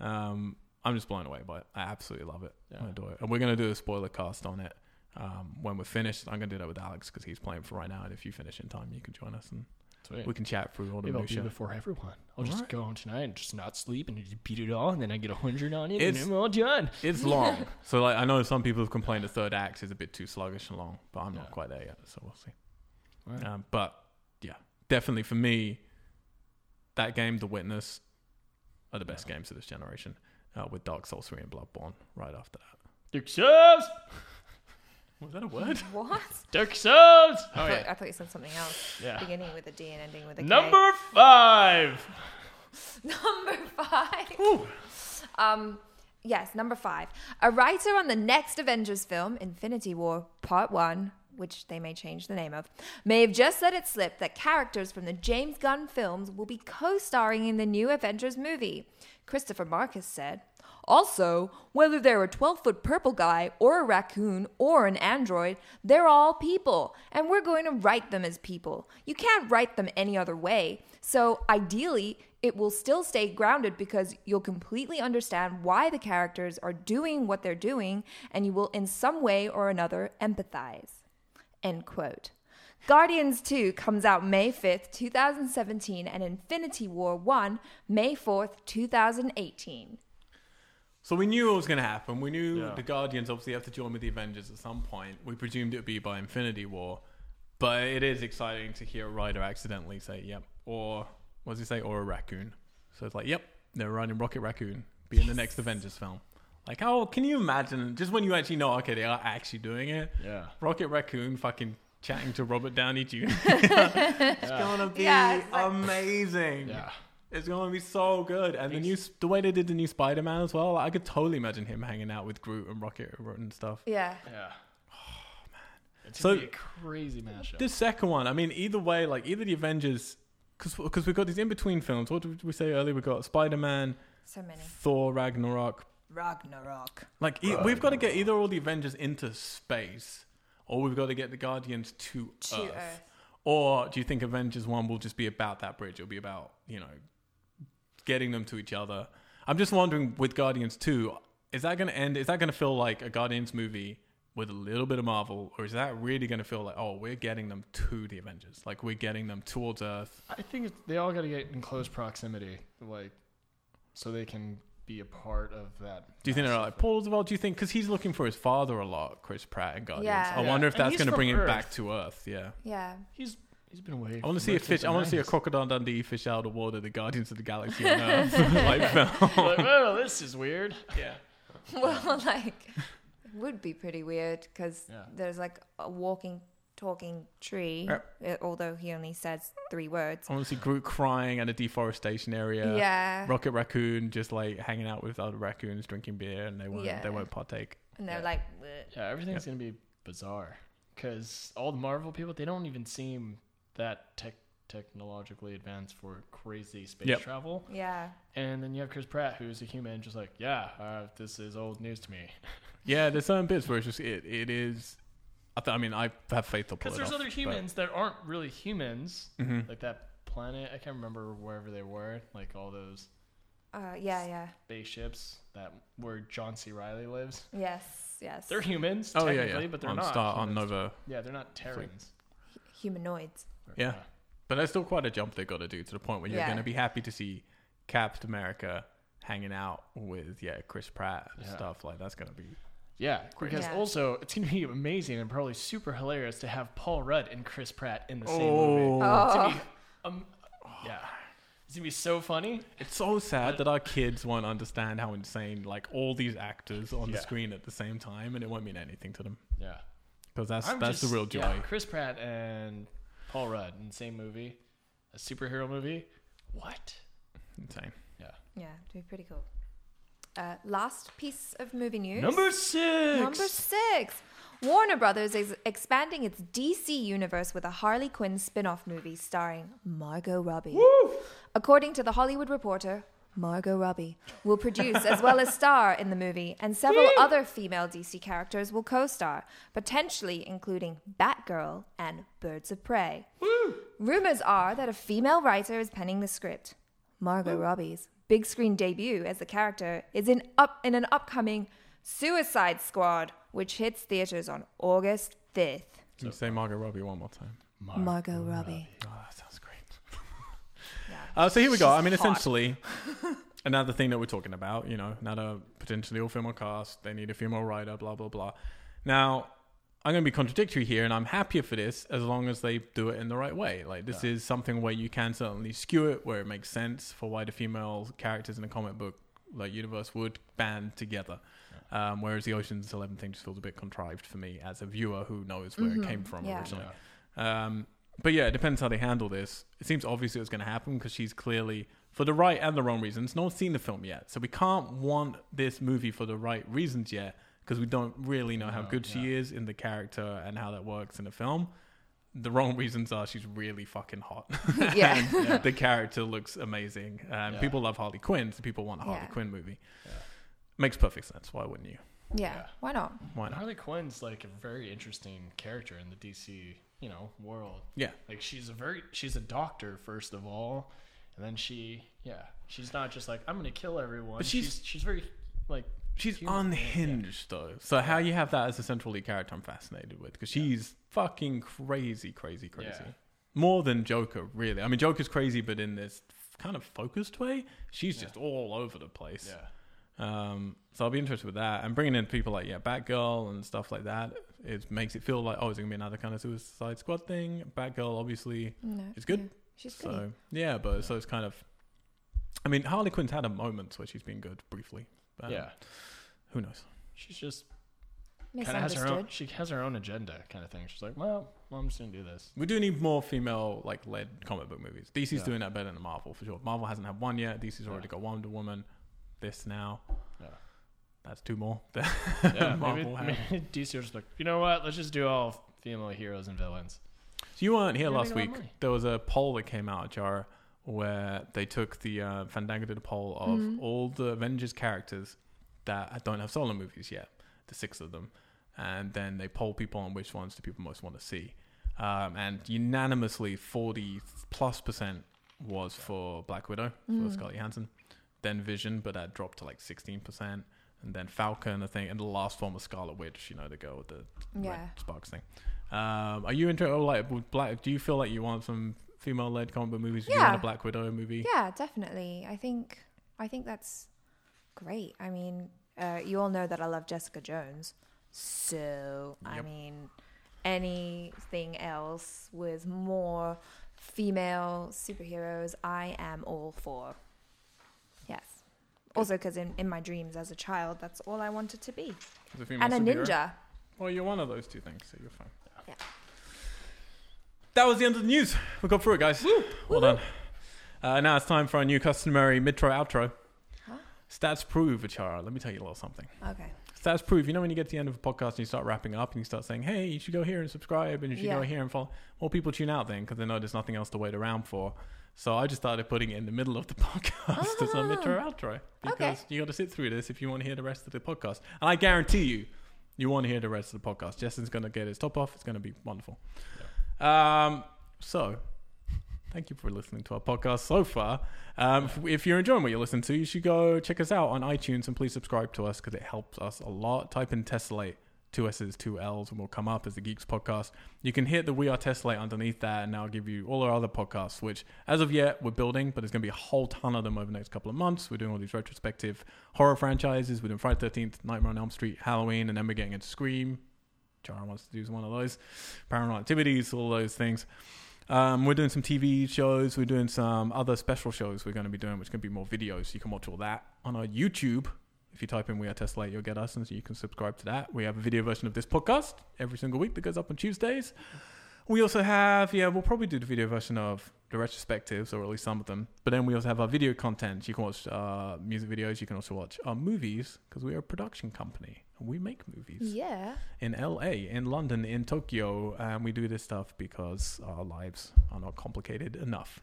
Um, I'm just blown away by it. I absolutely love it. Yeah. I adore it. And we're going to do a spoiler cast on it um, when we're finished. I'm going to do that with Alex because he's playing for right now. And if you finish in time, you can join us and Sweet. we can chat through all the Maybe I'll be minutia. before everyone. I'll just Alright. go home tonight and just not sleep and just beat it all, and then I get a hundred on it, It's- and I'm all done. It's long. so like I know some people have complained the third act is a bit too sluggish and long, but I'm not Yeah. quite there yet. So we'll see. Right. Um, but yeah, definitely for me, that game, The Witness, are the best games of this generation. Uh, with Dark Souls 3 and Bloodborne right after that. Dark Souls, Was that a word? What? Dark Souls. I, Oh thought, yeah, I thought you said something else. yeah. Beginning with a D and ending with a K. Number five. Number five. Um, yes, number five. A writer on the next Avengers film, Infinity War Part One, which they may change the name of, may have just let it slip that characters from the James Gunn films will be co starring in the new Avengers movie. Christopher Marcus said. Also, whether they're a 12 foot purple guy or a raccoon or an android, they're all people, and we're going to write them as people. You can't write them any other way. So, ideally, it will still stay grounded because you'll completely understand why the characters are doing what they're doing, and you will, in some way or another, empathize. End quote. Guardians 2 comes out May 5th, 2017, and Infinity War 1, May 4th, 2018. So we knew it was going to happen. We knew Yeah. the Guardians obviously have to join with the Avengers at some point. We presumed it would be by Infinity War. But it is exciting to hear a writer accidentally say, yep. Or, what does he say? Or a raccoon. So it's like, yep, they're writing Rocket Raccoon. Be in the next Avengers film. Like, oh, can you imagine? Just when you actually know, okay, they are actually doing it. Yeah. Rocket Raccoon fucking chatting to Robert Downey Jr. It's gonna be Yeah, it's like- amazing. Yeah. It's gonna be so good. And the new, the way they did the new Spider Man as well, I could totally imagine him hanging out with Groot and Rocket and stuff. Yeah. Yeah. Oh man. It's So- gonna be a crazy mashup. The second one, I mean, either way, like either the Avengers, because we've got these in between films. What did we say earlier? We got Spider Man, So many. Thor, Ragnarok, Ragnarok. Like e- we've got to get either all the Avengers into space, or we've got to get the Guardians to, To Earth. Earth. Or do you think Avengers One will just be about that bridge? It'll be about you know getting them to each other. I'm just wondering with Guardians Two, is that going to end? Is that going to feel like a Guardians movie with a little bit of Marvel, or is that really going to feel like oh we're getting them to the Avengers, like we're getting them towards Earth? I think it's- they all got to get in close proximity, like, so they can be a part of that. Do you think they're like Paul's well? Do you think because he's looking for his father a lot, Chris Pratt and Guardians? Yeah. I Yeah. wonder if And that's he's going to from bring him Earth. back to Earth. Yeah. Yeah. He's he's been away. I want to see a fish. I want to see a crocodile Dundee fish out of the water. The Guardians of the Galaxy on Earth, like film. like, well, this is weird. Yeah, Well, like, it would be pretty weird because Yeah. there's like a walking talking tree, uh, although he only says three words. I want to see Groot crying at a deforestation area. Yeah. Rocket Raccoon just like hanging out with other raccoons, drinking beer, and they won't Yeah. they won't partake. And they're Yeah. like, "Bleh." Yeah, everything's gonna be bizarre because all the Marvel people they don't even seem that tech technologically advanced for crazy space Yep. travel. yeah. And then you have Chris Pratt, who's a human, just like, yeah, uh, this is old news to me. Yeah, there's certain bits where it's just it, it is. I, th- I mean, I have faith to pull Because it there's off, other but- humans that aren't really humans, Mhm. like that planet. I can't remember wherever they were, like all those Uh, yeah, yeah. spaceships that where John C. Riley lives. Yes, yes. They're humans, Oh yeah, technically, yeah. but they're on not. Star, on humans. Nova, Yeah, they're not Terrans. uh, Humanoids. Yeah. but that's still quite a jump they got to do to the point where you're Yeah. going to be happy to see Captain America hanging out with yeah Chris Pratt and Yeah. stuff like that's going to be Yeah, because Yeah. also it's gonna be amazing and probably super hilarious to have Paul Rudd and Chris Pratt in the same movie. oh It's gonna Oh, be, um, yeah, it's gonna be so funny. It's so sad that our kids won't understand how insane like all these actors on the Yeah. screen at the same time, and it won't mean anything to them Yeah, because that's I'm that's just- the real joy. yeah, Chris Pratt and Paul Rudd in the same movie, a superhero movie. What? Insane. Yeah. yeah, it'd be pretty cool. Uh, last piece of movie news. Number six. Number six. Warner Brothers is expanding its DC universe with a Harley Quinn spin off movie starring Margot Robbie. According to The Hollywood Reporter, Margot Robbie will produce as well as star in the movie, and several other female DC characters will co star, potentially including Batgirl and Birds of Prey. Rumors are that a female writer is penning the script. Margot Robbie's big screen debut as the character is in up in an upcoming Suicide Squad, which hits theaters on August 5th. Can you say Margot Robbie one more time? Mar- Margot Robbie. Oh, that sounds great. Uh, so here we go. I mean, essentially, another thing that we're talking about, you know, another potentially all female cast. They need a female writer, blah, blah, blah. Now, I'm going to be contradictory here, and I'm happier for this as long as they do it in the right way. Like, this is something where you can certainly skew it, where it makes sense for why the female characters in a comic book like universe would band together. Um, whereas the Ocean's Eleven thing just feels a bit contrived for me as a viewer who knows where it came from Mm-hmm. Yeah. originally. Um, but yeah, it depends how they handle this. It seems obvious it was going to happen because she's clearly, for the right and the wrong reasons, no one's seen the film yet. So we can't want this movie for the right reasons yet because we don't really know how good she is in the character and how that works in the film. The wrong reasons are she's really fucking hot. Yeah. and The character looks amazing. And Yeah. people love Harley Quinn, so people want a Harley Yeah. Quinn movie. Makes perfect sense. Why wouldn't you? Yeah, Yeah. why not? Why And not? Harley Quinn's like a very interesting character in the DC, you know, world. Yeah. Like she's a very she's a doctor first of all, and then she yeah she's not just like I'm gonna kill everyone. But she's, she's- she's very like She's human. unhinged though. So how you have that as a central lead character, I'm fascinated with because she's fucking crazy, crazy, crazy. Yeah. More than Joker, really. I mean, Joker's crazy, but in this f- kind of focused way, she's just all over the place. Yeah. Um, so I'll be interested with that. And bringing in people like yeah, Batgirl and stuff like that, it makes it feel like oh, it's gonna be another kind of Suicide Squad thing. Batgirl obviously No, is good. yeah, She's good. So yeah, but so it's kind of. I mean, Harley Quinn's had a moments where she's been good briefly. But yeah. Who knows? She's just kind of has her own. Misunderstood. She has her own agenda kind of thing. She's like, well, well, I'm just gonna do this. We do need more female like led comic book movies. DC's Yeah. doing that better than Marvel for sure. Marvel hasn't had one yet. DC's already Yeah. got Wonder Woman. This now. Yeah. That's two more. Yeah, maybe, Marvel had. maybe DC was just like, you know what? Let's just do all female heroes and villains. So you weren't here You're last making a lot week. of money. There was a poll that came out, Jara, where they took the uh, Fandango did a poll of Mm-hmm. all the Avengers characters that don't have solo movies yet, the six of them, and then they poll people on which ones do people most want to see, um, and unanimously forty plus percent was for Black Widow Mm-hmm. for Scarlett Johansson, then Vision, but that dropped to like sixteen percent. And then Falcon, I think, and the last one was Scarlet Witch, you know, the girl with the Yeah. red sparks thing. Um, are you into oh, like with black? Do you feel like you want some female-led comic book movies? Do you Yeah. want a Black Widow movie? Yeah, definitely. I think I think that's great. I mean, uh, you all know that I love Jessica Jones, so I Yep. mean, anything else with more female superheroes, I am all for. Yes. Also, because in, in my dreams as a child, that's all I wanted to be. As a female And a superhero? ninja. Well, you're one of those two things, so you're fine. Yeah. That was the end of the news. We got through it, guys. Well done. Uh, now it's time for our new customary mid-tro outro. Huh? Stats prove, Achara. Let me tell you a little something. Okay. Stats prove. You know when you get to the end of a podcast and you start wrapping up and you start saying, "Hey, you should go here and subscribe, and you should Yeah. go here and follow." Well, people tune out then because they know there's nothing else to wait around for. So I just started putting it in the middle of the podcast as a mid-tro outro because you got to sit through this if you want to hear the rest of the podcast. And I guarantee you, you want to hear the rest of the podcast. Justin's going to get his top off. It's going to be wonderful. Um, so Thank you for listening to our podcast so far. Um, if- if you're enjoying what you listen to, you should go check us out on iTunes and please subscribe to us because it helps us a lot. Type in Tessellate, two S's, two L's, and we'll come up as the Geeks Podcast. You can hit the We Are Tessellate underneath that, and I'll give you all our other podcasts, which as of yet we're building, but there's going to be a whole ton of them over the next couple of months. We're doing all these retrospective horror franchises. We're doing Friday 13th, Nightmare on Elm Street, Halloween, and then we're getting into Scream. Chara wants to do one of those. Paranormal Activities, all those things. Um, we're doing some TV shows. We're doing some other special shows we're going to be doing, which can be more videos. You can watch all that on our YouTube. If you type in We Are Tesla, you'll get us, and so you can subscribe to that. We have a video version of this podcast every single week that goes up on Tuesdays. We also have, yeah, we'll probably do the video version of the retrospectives, or at least some of them. But then we also have our video content. You can watch uh, music videos. You can also watch our movies because we are a production company and we make movies Yeah. in LA, in London, in Tokyo, and we do this stuff because our lives are not complicated enough.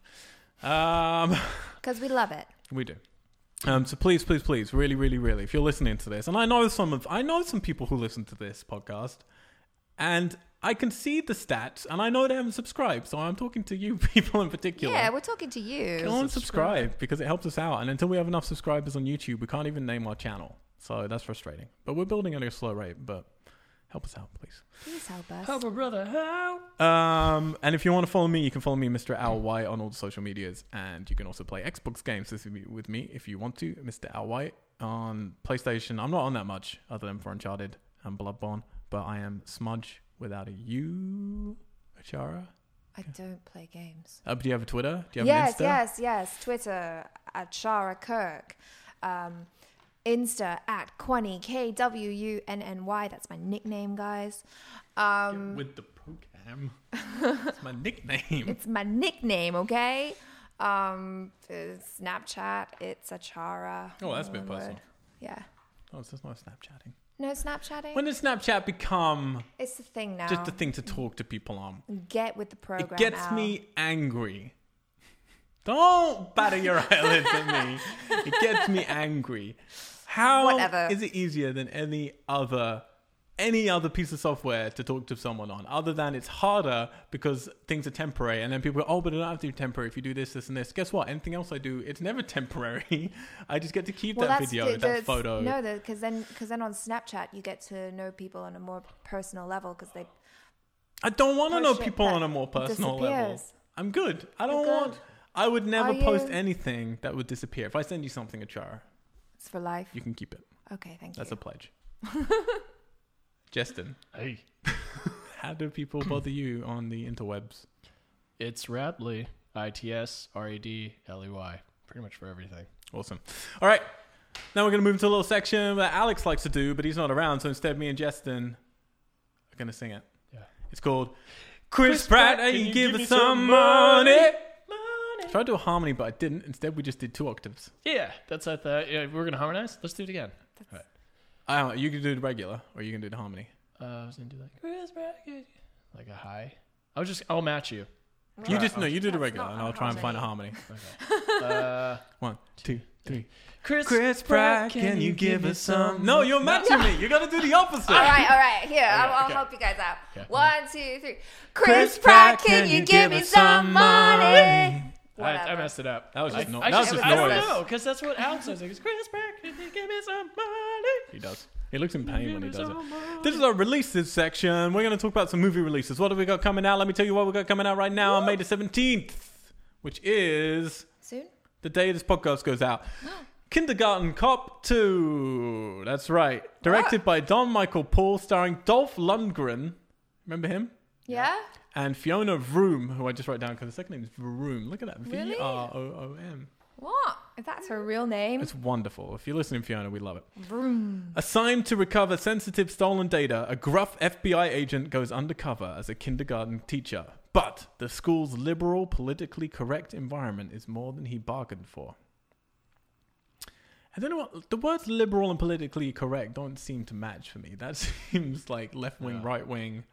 Um, Because we love it. we do. Um, so please, please, please, really, really, really, if you're listening to this, and I know some of, I know some people who listen to this podcast, and I can see the stats, and I know they haven't subscribed, so I'm talking to you people in particular. Yeah, we're talking to you. Go and subscribe because it helps us out. And until we have enough subscribers on YouTube, we can't even name our channel. So that's frustrating. But we're building at a slow rate, but help us out, please. Please help us. Help a brother out. Um, and if you want to follow me, you can follow me, Mr. Owl Y, on all the social medias, and you can also play Xbox games with me- with me if you want to, Mr. Owl Y, on PlayStation. I'm not on that much, other than for Uncharted and Bloodborne, but I am Smudge without a U. Achara, I don't play games. uh, do you have a Twitter? Do you have Yes, an Insta? yes, yes. Twitter at Shara Kirk. Um, Insta at Quenny, K W U N N Y. That's my nickname, guys. Um, With the program, it's my nickname. It's my nickname, okay? Um, uh, Snapchat, it's Achara. Oh, that's a bit One personal. word. Yeah. Oh, it's just not Snapchatting. No Snapchatting. When did Snapchat become it's the thing now. just a thing to talk to people on? Get with the program. It gets Al. me angry. Don't batter your eyelids at me. It gets me angry. How is Whatever. it easier than any other any other piece of software to talk to someone on? Other than it's harder because things are temporary, and then people go, "Oh, but I don't have to do temporary if you do this, this, and this." Guess what? Anything else I do, it's never temporary. I just get to keep Well, that that's video, the- that the- photo. No, because then because then on Snapchat you get to know people on a more personal level because they I don't want to Oh, know shit, people that on a more personal level. disappears. I'm good. I don't good. want. I would never Are post you- anything that would disappear. If I send you something, Achara, it's for life. you can keep it. okay, thank That's you. a pledge. Justin, Hey, how do people bother you on the interwebs? it's Radley. I T S R A D L E Y. Pretty much for everything. Awesome. All right. Now we're going to move into a little section that Alex likes to do, but he's not around. So instead, me and Justin are going to sing it. Yeah. It's called Chris, Pratt, can you give, us me some some money? money? Tried to do a harmony, but I didn't. Instead, we just did two octaves. Yeah, that's at the. Yeah, we're gonna harmonize. Let's do it again. I don't know, you can do the regular or you can do the harmony. Uh, I was gonna do like Chris Pratt, can you-" like a high. I was just. I'll match you. you Right, just no, okay. you do the That's regular, not and a I'll try and find a harmony. Okay. uh, One, two, three. Chris, Chris Pratt, can you give us some? No, you're matching me. You gotta do the opposite. All right, all right. Here, I'll, I'll okay. help you guys out. Yeah. One, two, three. Uh-huh. Chris, Pratt, can you give me some money? I, I Whatever. messed it up. That was just I, no- I that was should- just I don't noise. know, because that's what Alex says. Like, it's Chris Pratt, can you give me some money? He does. He looks in pain when he does it. it. This is our releases section. We're gonna talk about some movie releases. What have we got coming out? Let me tell you what we got coming out right now on May the seventeenth, which is Soon? the day this podcast goes out. Kindergarten Cop 2. That's right. Directed by Don Michael Paul, starring Dolph Lundgren. Remember him? Yeah? And Fiona Vroom, who I just wrote down because the second name is Vroom. Look at that. Really? V R O O M. What? If that's her real name? It's wonderful. If you're listening, Fiona, we love it. Vroom. Assigned to recover sensitive stolen data, a gruff FBI agent goes undercover as a kindergarten teacher. But the school's liberal, politically correct environment is more than he bargained for. I don't know what the words liberal and politically correct don't seem to match for me. That seems like left wing, Yeah. right wing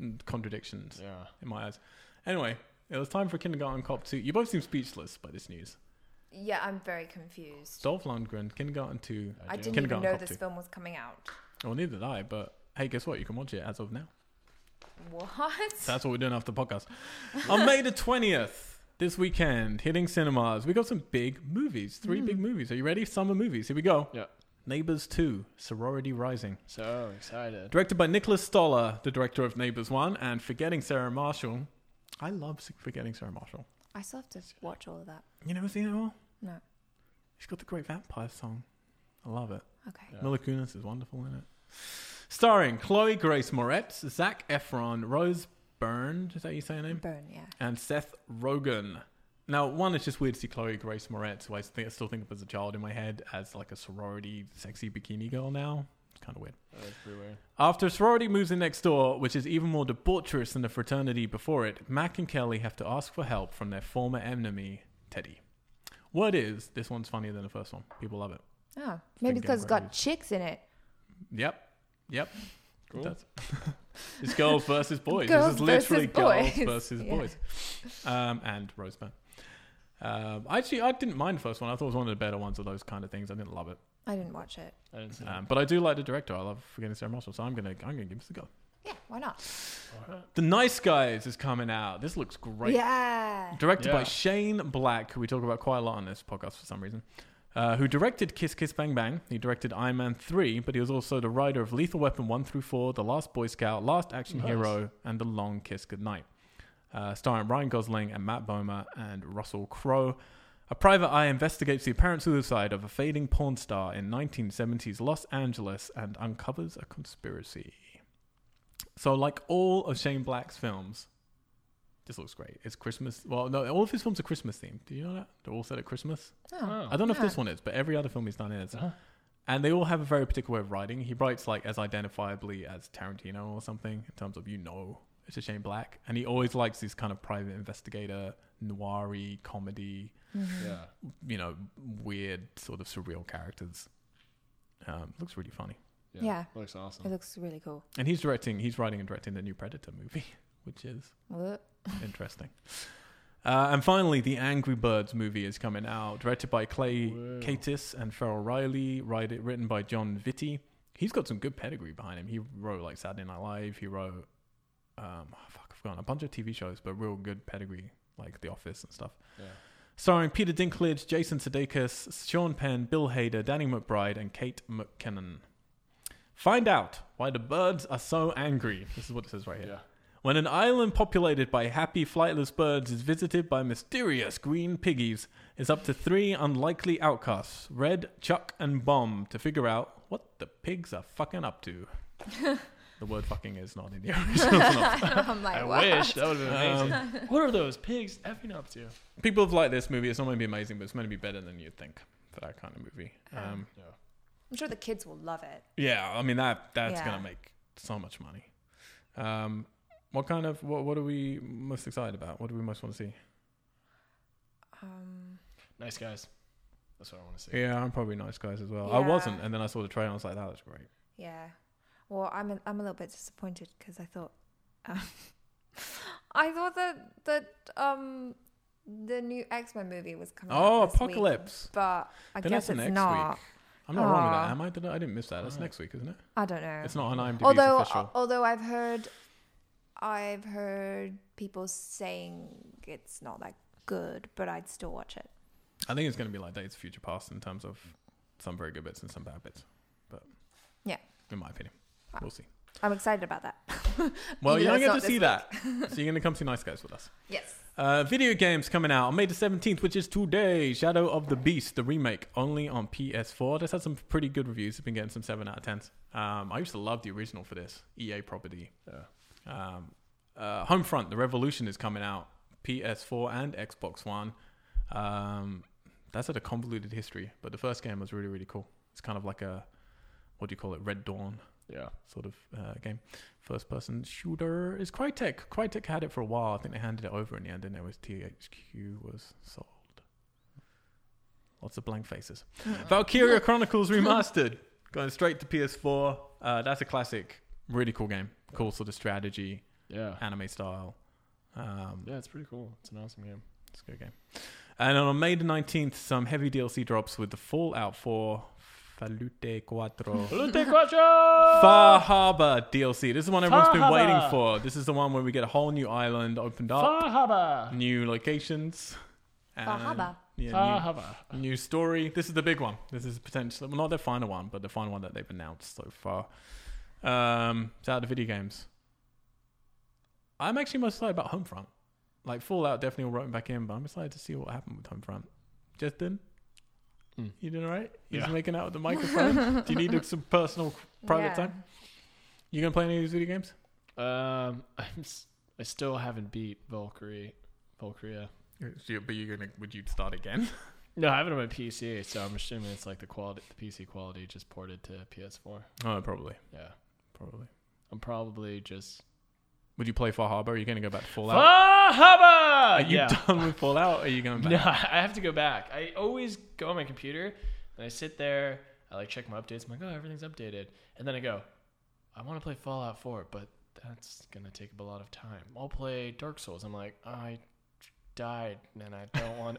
mm, contradictions Yeah. in my eyes. Anyway, it was time for Kindergarten Cop 2. You both seem speechless by this news. Yeah, I'm very confused. Dolph Lundgren, Kindergarten 2. I do. didn't even Kindergarten know Cop this two. film was coming out. Well, neither did I, but hey, guess what? You can watch it as of now. What? That's what we're doing after the podcast. On May the 20th, this weekend, hitting cinemas, we got some big movies. Three big movies. Are you ready? Summer movies. Here we go. Yeah. Neighbors 2, Sorority Rising. So excited. Directed by Nicholas Stoller, the director of Neighbors 1, and Forgetting Sarah Marshall. I love Forgetting Sarah Marshall. I still have to watch all of that. You never seen it all? No. She's got the great vampire song. I love it. Okay. Yeah. Mila Kunis is wonderful in it. Starring Chloe Grace Moretz, Zach Efron, Rose Byrne, is that how you say her name? Burn, yeah. and Seth Rogen. Now, one, it's just weird to see Chloe Grace Moretz, who I, think, I still think of as a child in my head, as like a sorority, sexy bikini girl now. It's kind of weird. That was pretty weird. After sorority moves in next door, which is even more debaucherous than the fraternity before it, Mac and Kelly have to ask for help from their former enemy, Teddy. Word is, this one's funnier than the first one. People love it. Oh, maybe Think because it's about got it. chicks in it. Yep. Yep. Cool. That's, it's girls versus boys. Girls this is literally versus boys. girls versus Yeah. boys. Um, and Roseburn. Um, actually, I didn't mind the first one. I thought it was one of the better ones of those kind of things. I didn't love it, I didn't watch it. I didn't see um, but I do like the director. I love forgetting Sarah Marshall, so I'm gonna I'm gonna give this a go. Yeah, why not? that. Alright. The Nice Guys is coming out. This looks great. Yeah. Directed by Yeah. Shane Black, who we talk about quite a lot on this podcast for some reason, uh, who directed Kiss Kiss Bang Bang. He directed Iron Man 3, but he was also the writer of Lethal Weapon 1 through 4, The Last Boy Scout, Last Action Nice. Hero, and The Long Kiss Goodnight. Uh, starring Ryan Gosling and Matt Bomer and Russell Crowe. A private eye investigates the apparent suicide of a fading porn star in 1970s Los Angeles and uncovers a conspiracy. So, like all of Shane Black's films, this looks great. It's Christmas. Well, no, all of his films are Christmas themed. Do you know that? They're all set at Christmas. Oh. I don't know if Yeah. this one is, but every other film he's done is. Uh-huh. And they all have a very particular way of writing. He writes like as identifiably as Tarantino or something in terms of you know it's a Shane Black, and he always likes these kind of private investigator noiry comedy, Mm-hmm. Yeah. you know, weird sort of surreal characters. Um, looks really funny. yeah. Yeah. Looks It awesome. looks really cool. And he's directing, he's writing and directing the new Predator movie, which is Whoop. Interesting. Uh, and finally, the Angry Birds movie is coming out, directed by Clay Wow. Catis and Farrell Riley, write written by John Vitti. He's got some good pedigree behind him. He wrote like Saturday Night Live. He wrote, um, fuck, I've forgotten a bunch of TV shows, but real good pedigree, like The Office and stuff. Yeah. Starring Peter Dinklage, Jason Sudeikis, Sean Penn, Bill Hader, Danny McBride, and Kate McKinnon. Find out why the birds are so angry. This is what it says right here. Yeah. When an island populated by happy flightless birds is visited by mysterious green piggies, it's up to three unlikely outcasts, Red, Chuck, and Bomb, to figure out what the pigs are fucking up to. the word fucking is not in the original. synopsis. I'm like, I what? wish that would have been amazing. Um, what are those pigs effing up to? people have liked this movie. It's not going to be amazing, but it's going to be better than you'd think for that kind of movie. Um, Yeah. I'm sure the kids will love it. yeah, I mean, that that's Yeah. going to make so much money. Um, what kind of, what, what are we most excited about? What do we most want to see? Um, Nice guys. That's what I want to see. Yeah, I'm probably nice guys as well. I Yeah. wasn't, and then I saw the trailer and I was like, that looks great. yeah. Well, I'm a, I'm a little bit disappointed because I thought, um, I thought that that um, the new X Men movie was coming. out Oh, this week, Apocalypse. but I Then guess that's it's next not. Ah. week. I'm not wrong with that, Aw. am I? Did I? I didn't miss that. That's Alright. next week, isn't it? I don't know. It's not on IMDb's although uh, official. although I've heard, I've heard people saying it's not that good, but I'd still watch it. I think it's going to be like Days of Future Past in terms of some very good bits and some bad bits. But Yeah. in my opinion, Ah. we'll see. I'm excited about that. Well, Even though you don't it's get not to see this that, so you're going to come see Nice Guys with us. Yes. Uh, video games coming out on May the 17th, which is today. Shadow of the Beast, the remake, only on PS4. This has some pretty good reviews. It's been getting some 7 out of 10s. Um, I used to love the original for this EA property. Yeah. Um, uh, Homefront, The Revolution is coming out, PS4 and Xbox One. Um, that's had a convoluted history, but the first game was really, really cool. It's kind of like a, what do you call it, Red Dawn Yeah. sort of uh, game. First person shooter is Crytek. Crytek had it for a while. I think they handed it over in the end, and it was THQ was sold. Lots of blank faces. Valkyria Chronicles Remastered, going straight to PS4. Uh, that's a classic. Really cool game. Cool sort of strategy, Yeah. anime style. Um, Yeah, it's pretty cool. It's an awesome game. it's a good game. And on May the 19th, some heavy DLC drops with the Fallout 4 Falute Quattro. Lute Quattro! Far Harbor DLC. This is the one everyone's Far been Harbor. waiting for. This is the one where we get a whole new island opened up, Fahaba! new locations. Far and- Harbor. Yeah, Fahaba. new, new story. This is the big one. This is potentially, well, not their final one, but the final one that they've announced so far. Um, it's out of video games. I'm actually most excited about Homefront. Like Fallout definitely will rope me back in, but I'm excited to see what happened with Homefront. Justin, Hmm. you doing all right? You Yeah. just making out with the microphone? Do you need some personal private Yeah. time? You gonna play any of these video games? Um, I'm s- I still haven't beat Valkyrie. Valkyria. but you're gonna would Uh, you start again? No, I have it on my PC, so I'm assuming it's like the quality, the PC quality, just ported to PS4. Oh, probably, Yeah, probably. I'm probably just Would you play Far Harbor? Are you gonna go back to Fallout? Are Fahaba. you yeah. done with Fallout? Or are you going back? No, I have to go back. I always go on my computer and I sit there. I like check my updates. I'm like, oh, everything's updated. And then I go, I want to play Fallout 4, but that's gonna take up a lot of time. I'll play Dark Souls. I'm like, I died and I don't want.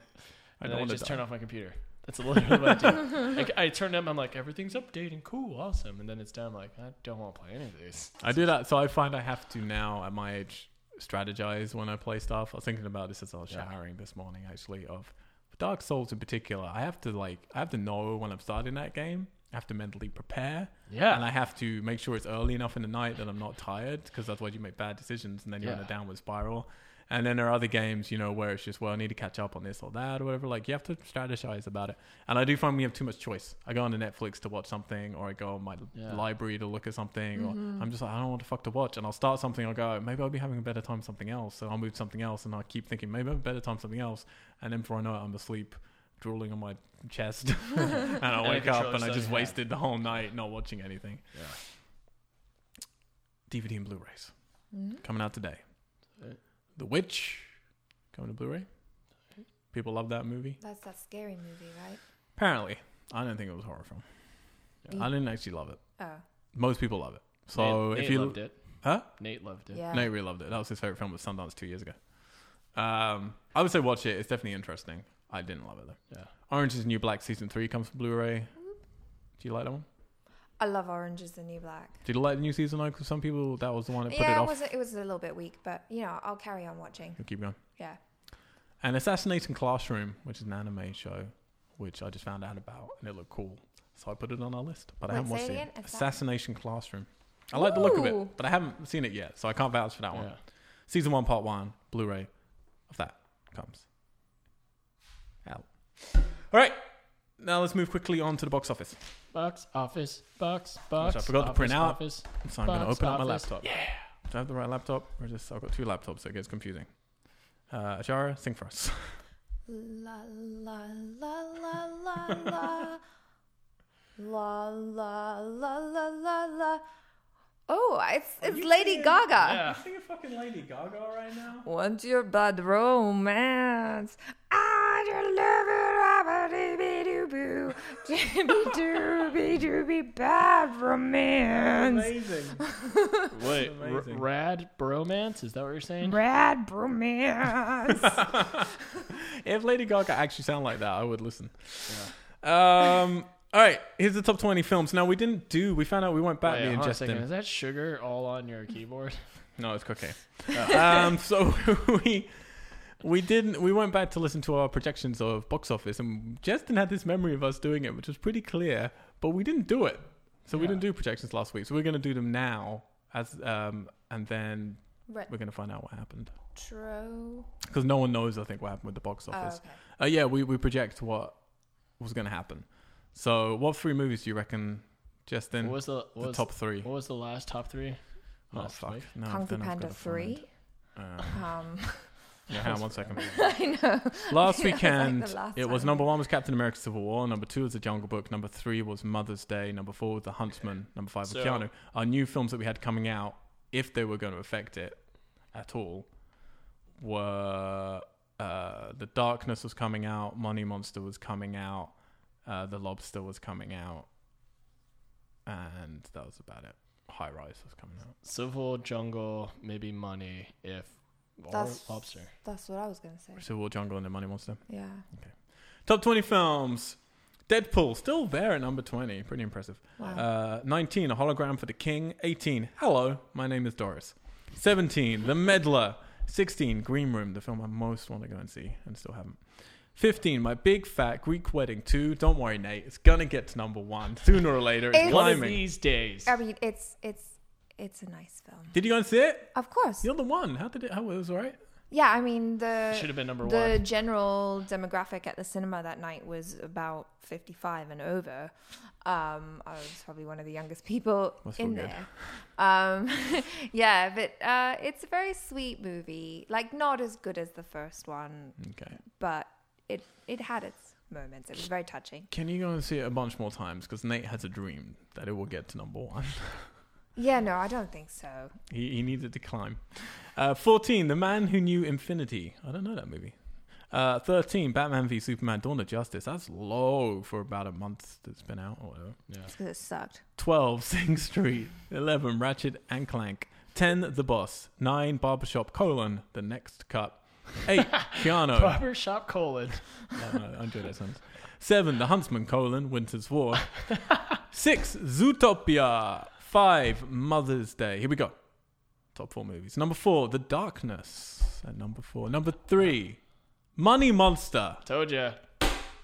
I I don't don't wanna just die. turn off my computer. That's literally what I do. Like, I turn them. I'm like, everything's updating, cool, awesome. And then it's done. I'm like, I don't want to play any of these. I do that, so I find I have to now at my age strategize when I play stuff. I was thinking about this as I was Yeah. showering this morning, actually. Of Dark Souls in particular, I have to like I have to know when I'm starting that game. I have to mentally prepare, Yeah. and I have to make sure it's early enough in the night that I'm not tired, because otherwise you make bad decisions and then you're in a Yeah. downward spiral. And then there are other games, you know, where it's just well, I need to catch up on this or that or whatever. Like you have to strategize about it, and I do find we have too much choice. I go on to Netflix to watch something, or I go on my Yeah. Mm-hmm. library to look at something, or I'm just like, I don't know what the fuck to watch. And I'll start something, I'll go, maybe I'll be having a better time with something else. So I'll move to something else, and I'll keep thinking, maybe I have a better time with something else. And then before I know it, I'm asleep, drooling on my chest. and I And I wake control up and I yourself, just yeah. wasted the whole night not watching anything. DVD and Blu rays Mm-hmm. coming out today. Right. The Witch coming to Blu ray. People love that movie. That's that scary movie, right? Apparently, I don't think it was a horror film. Yeah. I didn't actually love it. Oh, Most people love it. So Nate, if Nate you loved it, huh? Nate loved it. yeah. Nate really loved it. That was his favorite film with Sundance two years ago. Um, I would say watch it. It's definitely interesting. I didn't love it though. Yeah. Orange is the New Black season three comes from Blu-ray. Do you like that one? I love Orange is the New Black. Did you like the new season? Like for some people, that was the one that put yeah, it it, off. was it was a little bit weak, but you know, I'll carry on watching. We'll keep going. Yeah. And Assassination Classroom, which is an anime show, which I just found out about, and it looked cool, so I put it on our list. But I Wait, haven't say watched it it. again? yet. Assa- Assassination Classroom. I like the look of Ooh. it, but I haven't seen it yet, so I can't vouch for that one. Yeah. Season one, part one, Blu-ray of that comes out. All right, now let's move quickly on to the box office. Box office, box, Which box. I forgot to office, print out. Office. So I'm going to Box open up my office. laptop. Yeah. Do I have the right laptop? Or just I've got two laptops, so it gets confusing. Uh, Ajara, sing for us. La la la la la la la la la la la la. Oh, it's it's Lady Gaga. Yeah. singing fucking Lady Gaga right now? What's your bad romance? I just love it, rabba dooby dooby dooby bad romance. Amazing. Wait, r- amazing. rad bromance? Is that what you're saying? Bad romance. if Lady Gaga actually sounded like that, I would listen. Um, all right, here's the top 20 films. Now, we didn't do, we found out we went back, Wait, me and Oh, hold on a Justin. second. Is that sugar all on your keyboard? No, it's cocaine. Oh. um, so we we didn't we went back to listen to our projections of box office, and Justin had this memory of us doing it, which was pretty clear, but we didn't do it. So we Yeah. didn't do projections last week. So we're going to do them now, as um, and then Retro. we're going to find out what happened because no one knows. I think what happened with the box Oh, office. okay. Uh, yeah, we we project what was going to happen. So what three movies do you reckon, What Justin? was the what the was, top three. What was the last top three? Oh last fuck! week? No, Kung Fu then I've Panda gotta find- three. Uh, Um, Yeah, hang on one second. I know. Last That was like weekend, the last it was time. number one was Captain America: Civil War, number two was The Jungle Book, number three was Mother's Day, number four was The Huntsman, number five was So- Keanu. Our new films that we had coming out, if they were going to affect it at all, were uh, The Darkness was coming out, Money Monster was coming out, uh, The Lobster was coming out, and that was about it. High Rise was coming out. Civil jungle, maybe money if or That's- lobster. That's what I was gonna say. Civil War, Jungle, and then Money Monster. Yeah. Top 20 films. Deadpool, still there at number 20. Pretty impressive. Wow. Uh, 19, A Hologram for the King. 18, Hello, My Name is Doris. 17, The Meddler. 16, Green Room, the film I most want to go and see and still haven't. 15, My Big Fat Greek Wedding 2. Don't worry, Nate. It's going to get to number one sooner or later. It's It's- One of climbing. these days. I mean, it's it's it's a nice film. Did you go and see it? Of course. You're the one. How did it? How it was all right? Yeah, I mean the Should have been number the one. general demographic at the cinema that night was about 55 and over. Um, I was probably one of the youngest people Must feel in good. there. Um, yeah, but uh, it's a very sweet movie. Like not as good as the first one, Okay. but it it had its moments. It was very touching. Can you go and see it a bunch more times? Because Nate has a dream that it will get to number one. Yeah, no, I don't think so. He, he needed to climb. Uh, 14, The Man Who Knew Infinity. I don't know that movie. Uh, 13, Batman v Superman Dawn of Justice. That's low for about a month that's been out or whatever. yeah. It's because it sucked. 12, Sing Street. 11, Ratchet and Clank. 10, The Boss. 9, Barbershop colon, The Next Cut. 8, Keanu. Barber shop colon. No, no, I enjoy that sentence. Seven, The Huntsman, colon, Winter's War. Six, Zootopia. Five, Mother's Day. Here we go. Top four movies. Number four, The Darkness. At number four. Number three, Money Monster. Told ya.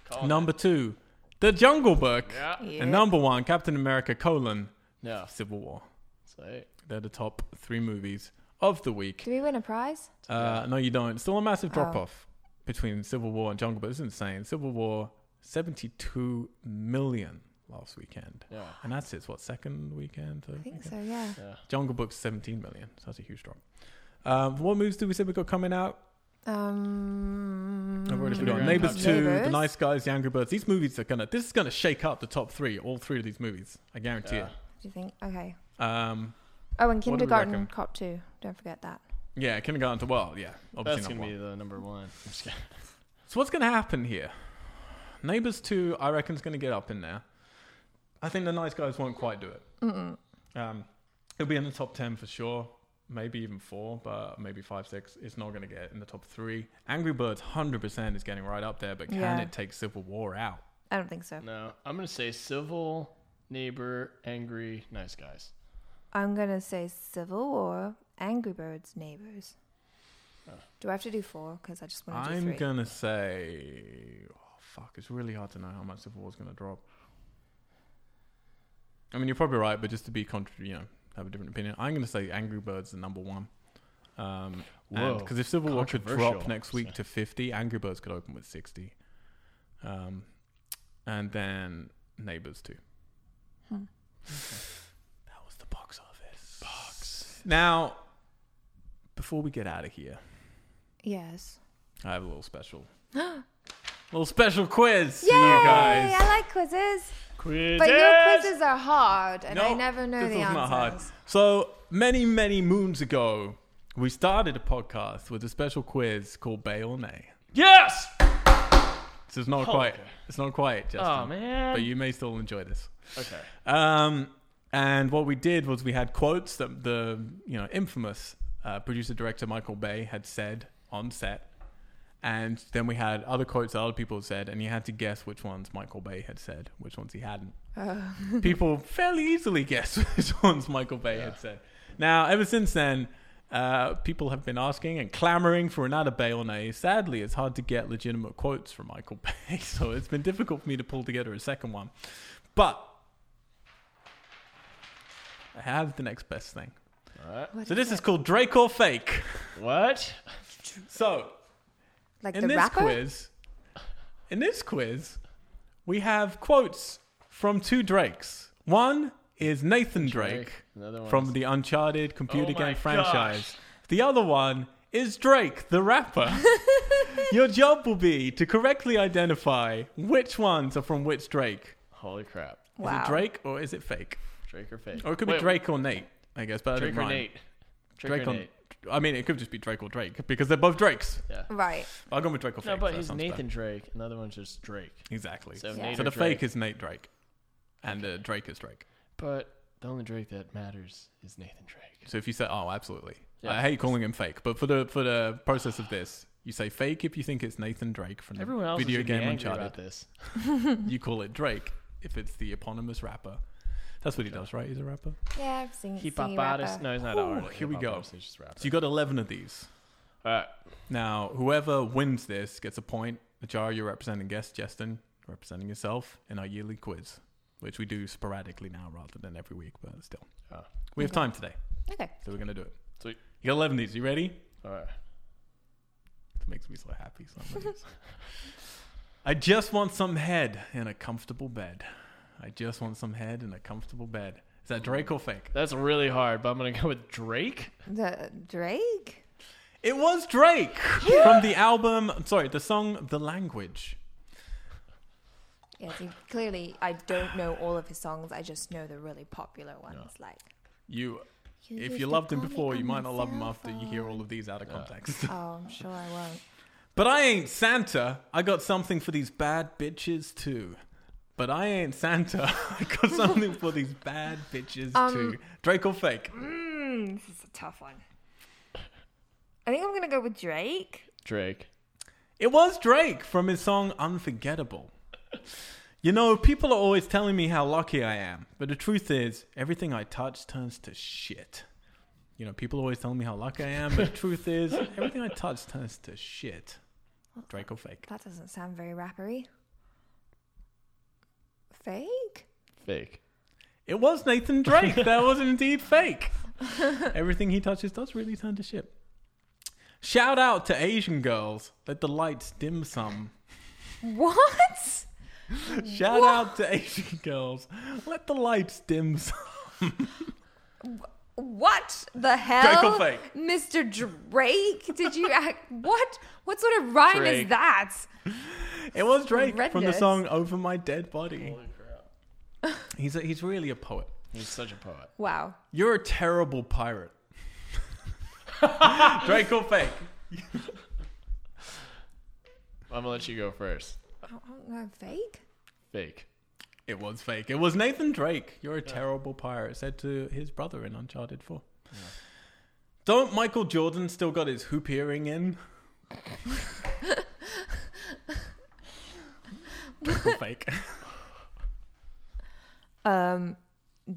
Called Number two, The Jungle Book. it. Yeah. Yeah. Uh, And number one, Captain America, colon, No. Civil War. It's like- They're the top three movies of the week. Do we win a prize? Uh, no, you don't. Still a massive Oh. drop off between Civil War and Jungle Book. It's insane. Civil War, 72 million last weekend. Yeah. And that's its, what, second weekend? Third I think weekend? so. Yeah. Yeah. Jungle Book's 17 million. So that's a huge drop. Um, what movies do we say we got coming out? Um, Um, I've already forgotten. Kindergarten Neighbors Cop. 2, The Mm. Neighbours. Nice Guys, The Angry Birds. These movies are going to, this is going to shake up the top three, all three of these movies. I guarantee Yeah. Do you think? Okay. it. Um, Oh, and do we Kindergarten reckon? Cop 2. Don't forget that. yeah, Kindergarten to Well, yeah. Obviously That's not gonna one. be the number one. I'm just kidding. So what's going to happen here? Neighbors 2, I reckon, is going to get up in there. I think the nice guys won't quite do it. Mm-mm. Um, it'll be in the top 10 for sure. Maybe even four, but maybe five, six. It's not going to get in the top three. Angry Birds 100% is getting right up there, but can Yeah. it take Civil War out? I don't think so. No. I'm gonna say civil, neighbor, angry, nice guys. I'm going to say Civil War, Angry Birds, Neighbors. Do I have to do four? Because I just want to do I'm 3 going to say. Oh, fuck. It's really hard to know how much Civil War's going to drop. I mean, you're probably right, but just to be contrary, you know, have a different opinion, I'm going to say Angry Birds the number one. Um, Whoa, because if Civil War could drop controversial. next week to 50, Angry Birds could open with 60. Um, and then Neighbors too. Hmm. That was the box office. Box. Now, before we get out of here, Yes. I have a little special. little special quiz Yay! for you guys. I like quizzes. Quiz. But your quizzes are hard, and I No, never know this the was answers. not hard. So many, many moons ago, we started a podcast with a special quiz called Bay or Nay. Yes. This is not Oh, quite. okay. It's not quite, Justin. Oh man. But you may still enjoy this. okay. Um, and what we did was we had quotes that the you know infamous uh, producer director Michael Bay had said on set, and then we had other quotes that other people had said, and you had to guess which ones Michael Bay had said, which ones he hadn't. people fairly easily guessed which ones Michael Bay had said. Now, ever since then. Uh, people have been asking and clamoring for another Bay or nay. Sadly, it's hard to get legitimate quotes from Michael Bay, so it's been difficult for me to pull together a second one. But I have the next best thing. All right. What So this is called Drake or Fake. What? So like in the this rapper? quiz, in this quiz, we have quotes from two Drakes. One is Nathan Drake, Another one. from the Uncharted computer Oh my game franchise. gosh. The other one is Drake the rapper. Your job will be to correctly identify which ones are from which Drake. Holy crap. Wow. Is it Drake or is it fake? Drake or fake? Or it could Wait, be Drake or Nate, I guess. But I Drake didn't or rhyme. Nate. Drake, Drake or or- Nate. I mean, it could just be Drake or Drake because they're both Drakes. Yeah. Right. I'll go with Drake or fake. No, but so that he's sounds Nathan Drake, and the other one's just Drake. better. Exactly. So, So, Yeah. Nate So or the Drake. fake is Nate Drake, and uh, Drake is Drake. But the only Drake that matters is Nathan Drake. So if you say, "Oh, absolutely," Yeah. I hate calling him fake, but for the for the process of this, you say fake if you think it's Nathan Drake from the Everyone else video is gonna game be angry Uncharted. about this. You call it Drake if it's the eponymous rapper. That's what he does, right? He's a rapper. Yeah, I've seen Hip hop singing artist. rapper. No, he's not. Ooh, an artist. here we Hip-hop go. artist, he's just a rapper. So you got eleven of these. All right. Now, whoever wins this gets a point. Ajara, you're representing guest Justin, representing yourself in our yearly quiz, which we do sporadically now rather than every week, but still. Oh. We have time today, Okay. so we're going to do it. Sweet. You got 11 of these. You ready? All right. It makes me so happy. some of these. I just want some head in a comfortable bed. I just want some head in a comfortable bed. Is that Drake or fake? That's really hard, but I'm gonna go with Drake. The Drake? It was Drake from the album, sorry, the song The Language. Yes, he, clearly I don't know all of his songs. I just know the really popular ones like You if used you to loved him call me before, on you might my not love him cell after you hear all of these out of context. Oh, I'm sure I won't. but I ain't Santa. I got something for these bad bitches too. But I ain't Santa. I got something for these bad bitches Um, too. Drake or fake? Mm, this is a tough one. I think I'm gonna go with Drake. Drake. It was Drake from his song Unforgettable. You know, people are always telling me how lucky I am, but the truth is, everything I touch turns to shit. You know, people always telling me how lucky I am, but the truth is, everything I touch turns to shit. Drake or fake? That doesn't sound very rappery. Fake? Fake. It was Nathan Drake. that was indeed fake. Everything he touches does really turn to shit. Shout out to Asian girls. Let the lights dim some. What? Shout out to Asian girls. Let the lights dim some. What the hell? fake? Mr. Drake? Did you act what? What sort of rhyme Drake. is that? It was Drake from the Horrendous. song Over My Dead Body. He's, a, he's really a poet. He's such a poet. Wow. You're a terrible pirate. Drake or fake? I'm gonna let you go first. I don't know, Oh, fake? Fake. It was fake. It was Nathan Drake. You're a terrible pirate, said to his brother in Uncharted 4. Don't Michael Jordan still got his hoop earring in? Drake or fake? Um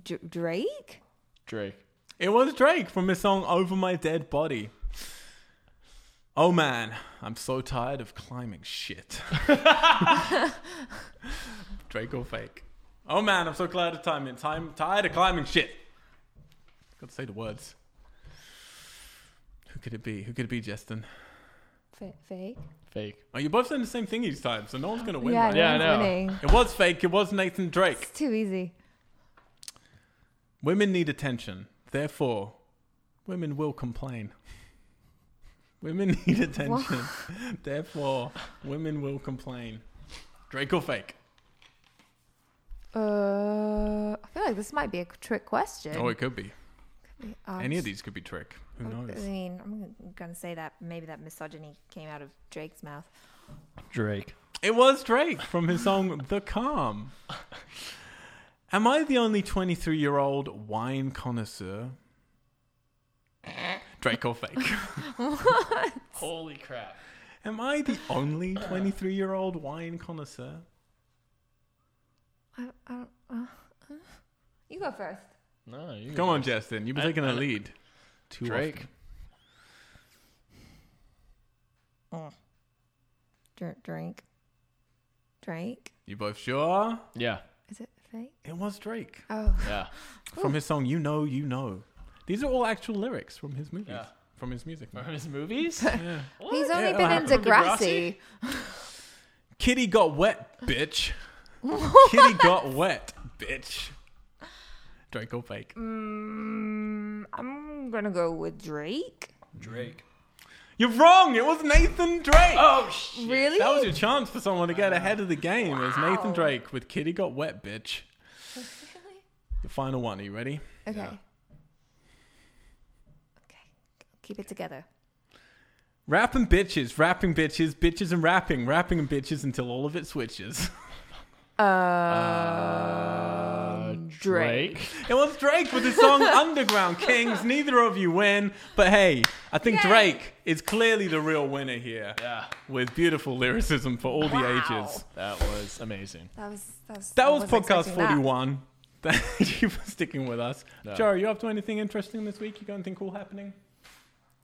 D- Drake? Drake. It was Drake from his song Over My Dead Body. Oh man, I'm so tired of climbing shit. Drake or fake? Oh man, I'm so tired of climbing time tired of climbing shit. Gotta say the words. Who could it be? Who could it be, Justin? Fa- fake? Fake. Oh, you both saying the same thing each time, so no one's gonna win. yeah, right? Yeah, I no one's know. winning. It was fake. It was Nathan Drake. It's too easy. Women need attention. Therefore, women will complain. Women need attention. Therefore, women will complain. Drake or fake? Uh, I feel like this might be a trick question. Oh, it could be. Um, Any of these could be trick. Who I knows? mean, I'm gonna say that maybe that misogyny came out of Drake's mouth. Drake. It was Drake from his song The Calm. Am I the only 23 year old wine connoisseur? Drake or fake? Holy crap. Am I the only 23 year old wine connoisseur? I, I don't, uh, uh, you go first. No, you Go on, Justin. You've been I- taking I- a lead. Too Drake. Mm. Dr- drink. Drake. You both sure? Yeah. Is it fake? It was Drake Oh, Yeah. from his song "You Know, You Know." These are all actual lyrics from his movies, Yeah. from his music. From his movies? Yeah. he's only Yeah, been that in happened. Degrassi. Kitty got wet, bitch. Kitty got wet, bitch. Drake or fake? Mm, I'm gonna go with Drake. Drake. You're wrong. It was Nathan Drake. Oh shit! Really? That was your chance for someone to get ahead of the game. It was Nathan Wow. Drake with Kitty Got Wet, bitch. The final one. Are you ready? Okay. Yeah. Okay. Keep it together. Rapping bitches, rapping bitches, bitches and rapping, rapping and bitches until all of it switches. Uh, Uh, Drake. It was Drake with his song Underground Kings. Neither of you win, but hey, I think Yay. Drake is clearly the real winner here Yeah, with beautiful lyricism for all the Wow. ages. that was amazing. that was that was That I was wasn't podcast expecting that. 41. Thank you for sticking with us. No. Joe, are you up to anything interesting this week? You got anything cool happening?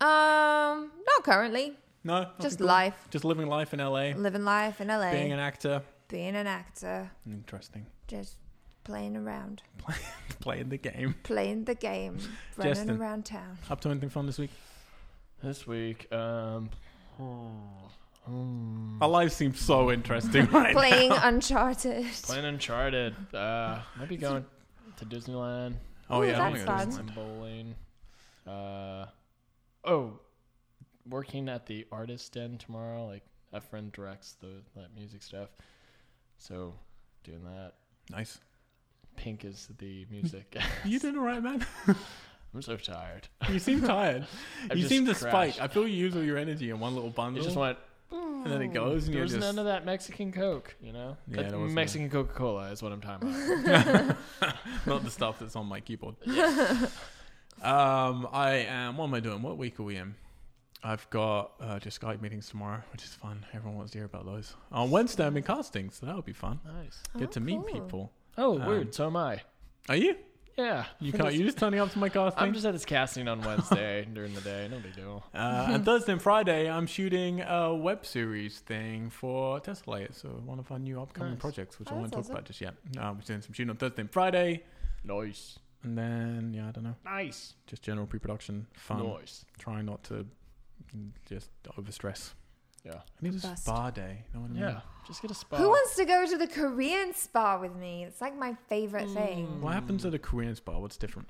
Um, not currently. No? Nothing Just cool? life, Just living life in LA, living life in LA, being an actor. being an actor, Interesting. just playing around, Playing the game. playing the game, running Justin. around town. Up to anything fun this week? This week, um, Our lives seem so interesting right now. playing Uncharted. playing Uncharted. Uh, might be going to Disneyland. Oh, Ooh, yeah. I that's don't think it is. Some bowling. Uh, oh, working at the artist den tomorrow. Like a friend directs the that music stuff, so doing that. Nice. Pink is the music. You did all right, man. I'm so tired. You seem tired. I've you just seem to crashed. spike. I feel you use all your energy in one little It bundle, just went. and then it goes, and There you're was just. none of that Mexican Coke, you know. Yeah, That there was none. Mexican Coca Cola is what I'm talking about. Not the stuff that's on my keyboard. um, I am. What am I doing? What week are we in? I've got uh, just Skype meetings tomorrow, which is fun. Everyone wants to hear about those. On Wednesday, I'm in casting, so that'll be fun. nice. Get Oh, to meet cool. people. Oh, Um, weird. So am I. Are you? Yeah. You can't. You're just turning up to my casting. I'm just at this casting on Wednesday during the day. No big deal. Uh, and Thursday and Friday, I'm shooting a web series thing for Tessellate, so one of our new upcoming Nice. projects, which I Oh, won't that's awesome. talk about just yet. Uh, we're doing some shooting on Thursday and Friday, Nice. and then yeah, I don't know, Nice. just general pre-production fun. Nice. Trying not to mm, just overstress. Yeah. I need a Best. spa day. You know what I mean? Yeah. Just get a spa. Who wants to go to the Korean spa with me? It's like my favorite Mm. thing. What happens at a Korean spa? What's different?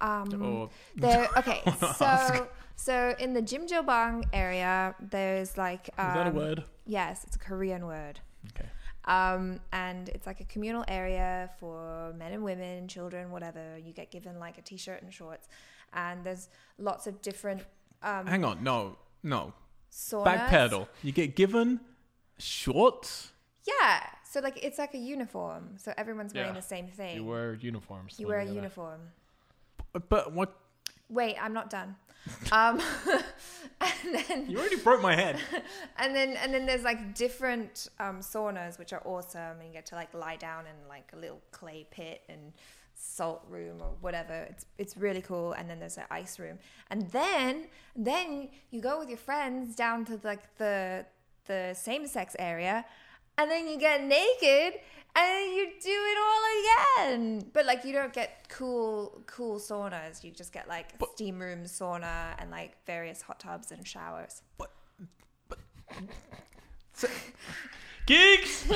Oh, Um, Or There, okay, wanna ask. so so in the Jimjilbang area, there's like um, is that a word? Yes, it's a Korean word. Okay. Um, and it's like a communal area for men and women, children, whatever. You get given like a t-shirt and shorts, and there's lots of different um, Hang on. No. No. saunas. Backpedal. You get given shorts. Yeah, so like it's like a uniform, so everyone's wearing Yeah. the same thing. You wear uniforms. You when wear a you're there. uniform. But- But what? Wait, I'm not done. um, and then You already broke my head. And then and then there's like different um, saunas which are awesome, and you get to like lie down in like a little clay pit and salt room or whatever. It's it's really cool. And then there's an ice room, and then then you go with your friends down to like the the same sex area, and then you get naked. And then you do it all again, but like you don't get cool, cool saunas. You just get like steam room sauna and like various hot tubs and showers. Geeks.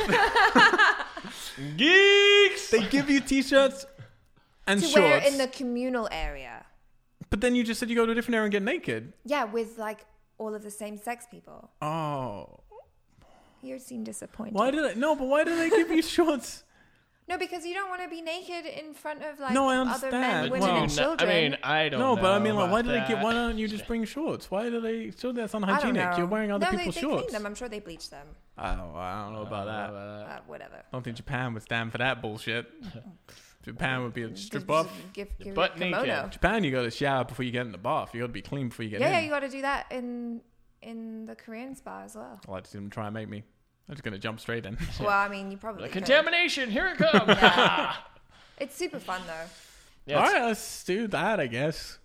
Geeks. They give you t-shirts and to shorts. wear in the communal area. But then you just said you go to a different area and get naked. Yeah, with like all of the same sex people. Oh. You seem disappointed. Why do they? No, but why do they give you shorts? No, because you don't want to be naked in front of like No, I other men, understand. women, Well, and children. I mean, I don't. No, know but I mean, like, about why do they that. get? Why don't you just bring shorts? Why do they? So that's I don't unhygienic. know. You're wearing other no, people's they, they shorts. Clean them. I'm sure they bleach them. I don't, Oh, I don't know about that. I Uh, Uh, whatever. don't think Japan would stand for that bullshit. Japan would be a strip Just off. Give, give butt it a kimono. naked. Japan, you got to shower before you get in the bath. You got to be clean before you get Yeah, yeah, in. you got to do that in in the Korean spa as well. I like to see them try and make me. I'm just gonna jump straight in. Well, I mean, you probably the could. contamination. Here it comes. Yeah. it's super fun though. Yeah, All it's- right, let's do that. I guess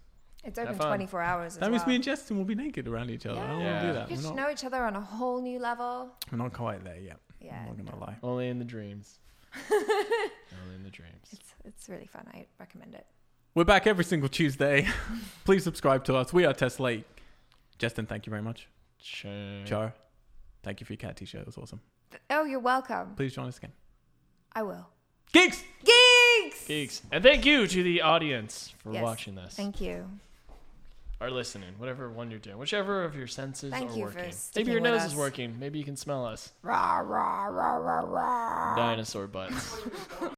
It's open fun. 24 hours. As that means well. me and Justin will be naked around each other. I don't Yeah. want to You do get that. to We're not, know each other on a whole new level. we're not quite there yet. Yeah, I'm not gonna lie. Only in the dreams. Only in the dreams. It's it's really fun. I recommend it. We're back every single Tuesday. Please subscribe to us. We are Test Late. Justin, thank you very much. Change. Char, thank you for your cat t-shirt. It was awesome. Oh, you're welcome. Please join us again. I will. Geeks! Geeks. Geeks. And thank you to the audience for Yes. watching this. Thank you. are listening, whatever one you're doing, whichever of your senses Thank are you for working. Maybe sticking your with nose us. is working. Maybe you can smell us. Rah, rah, rah, rah, rah. Dinosaur butts.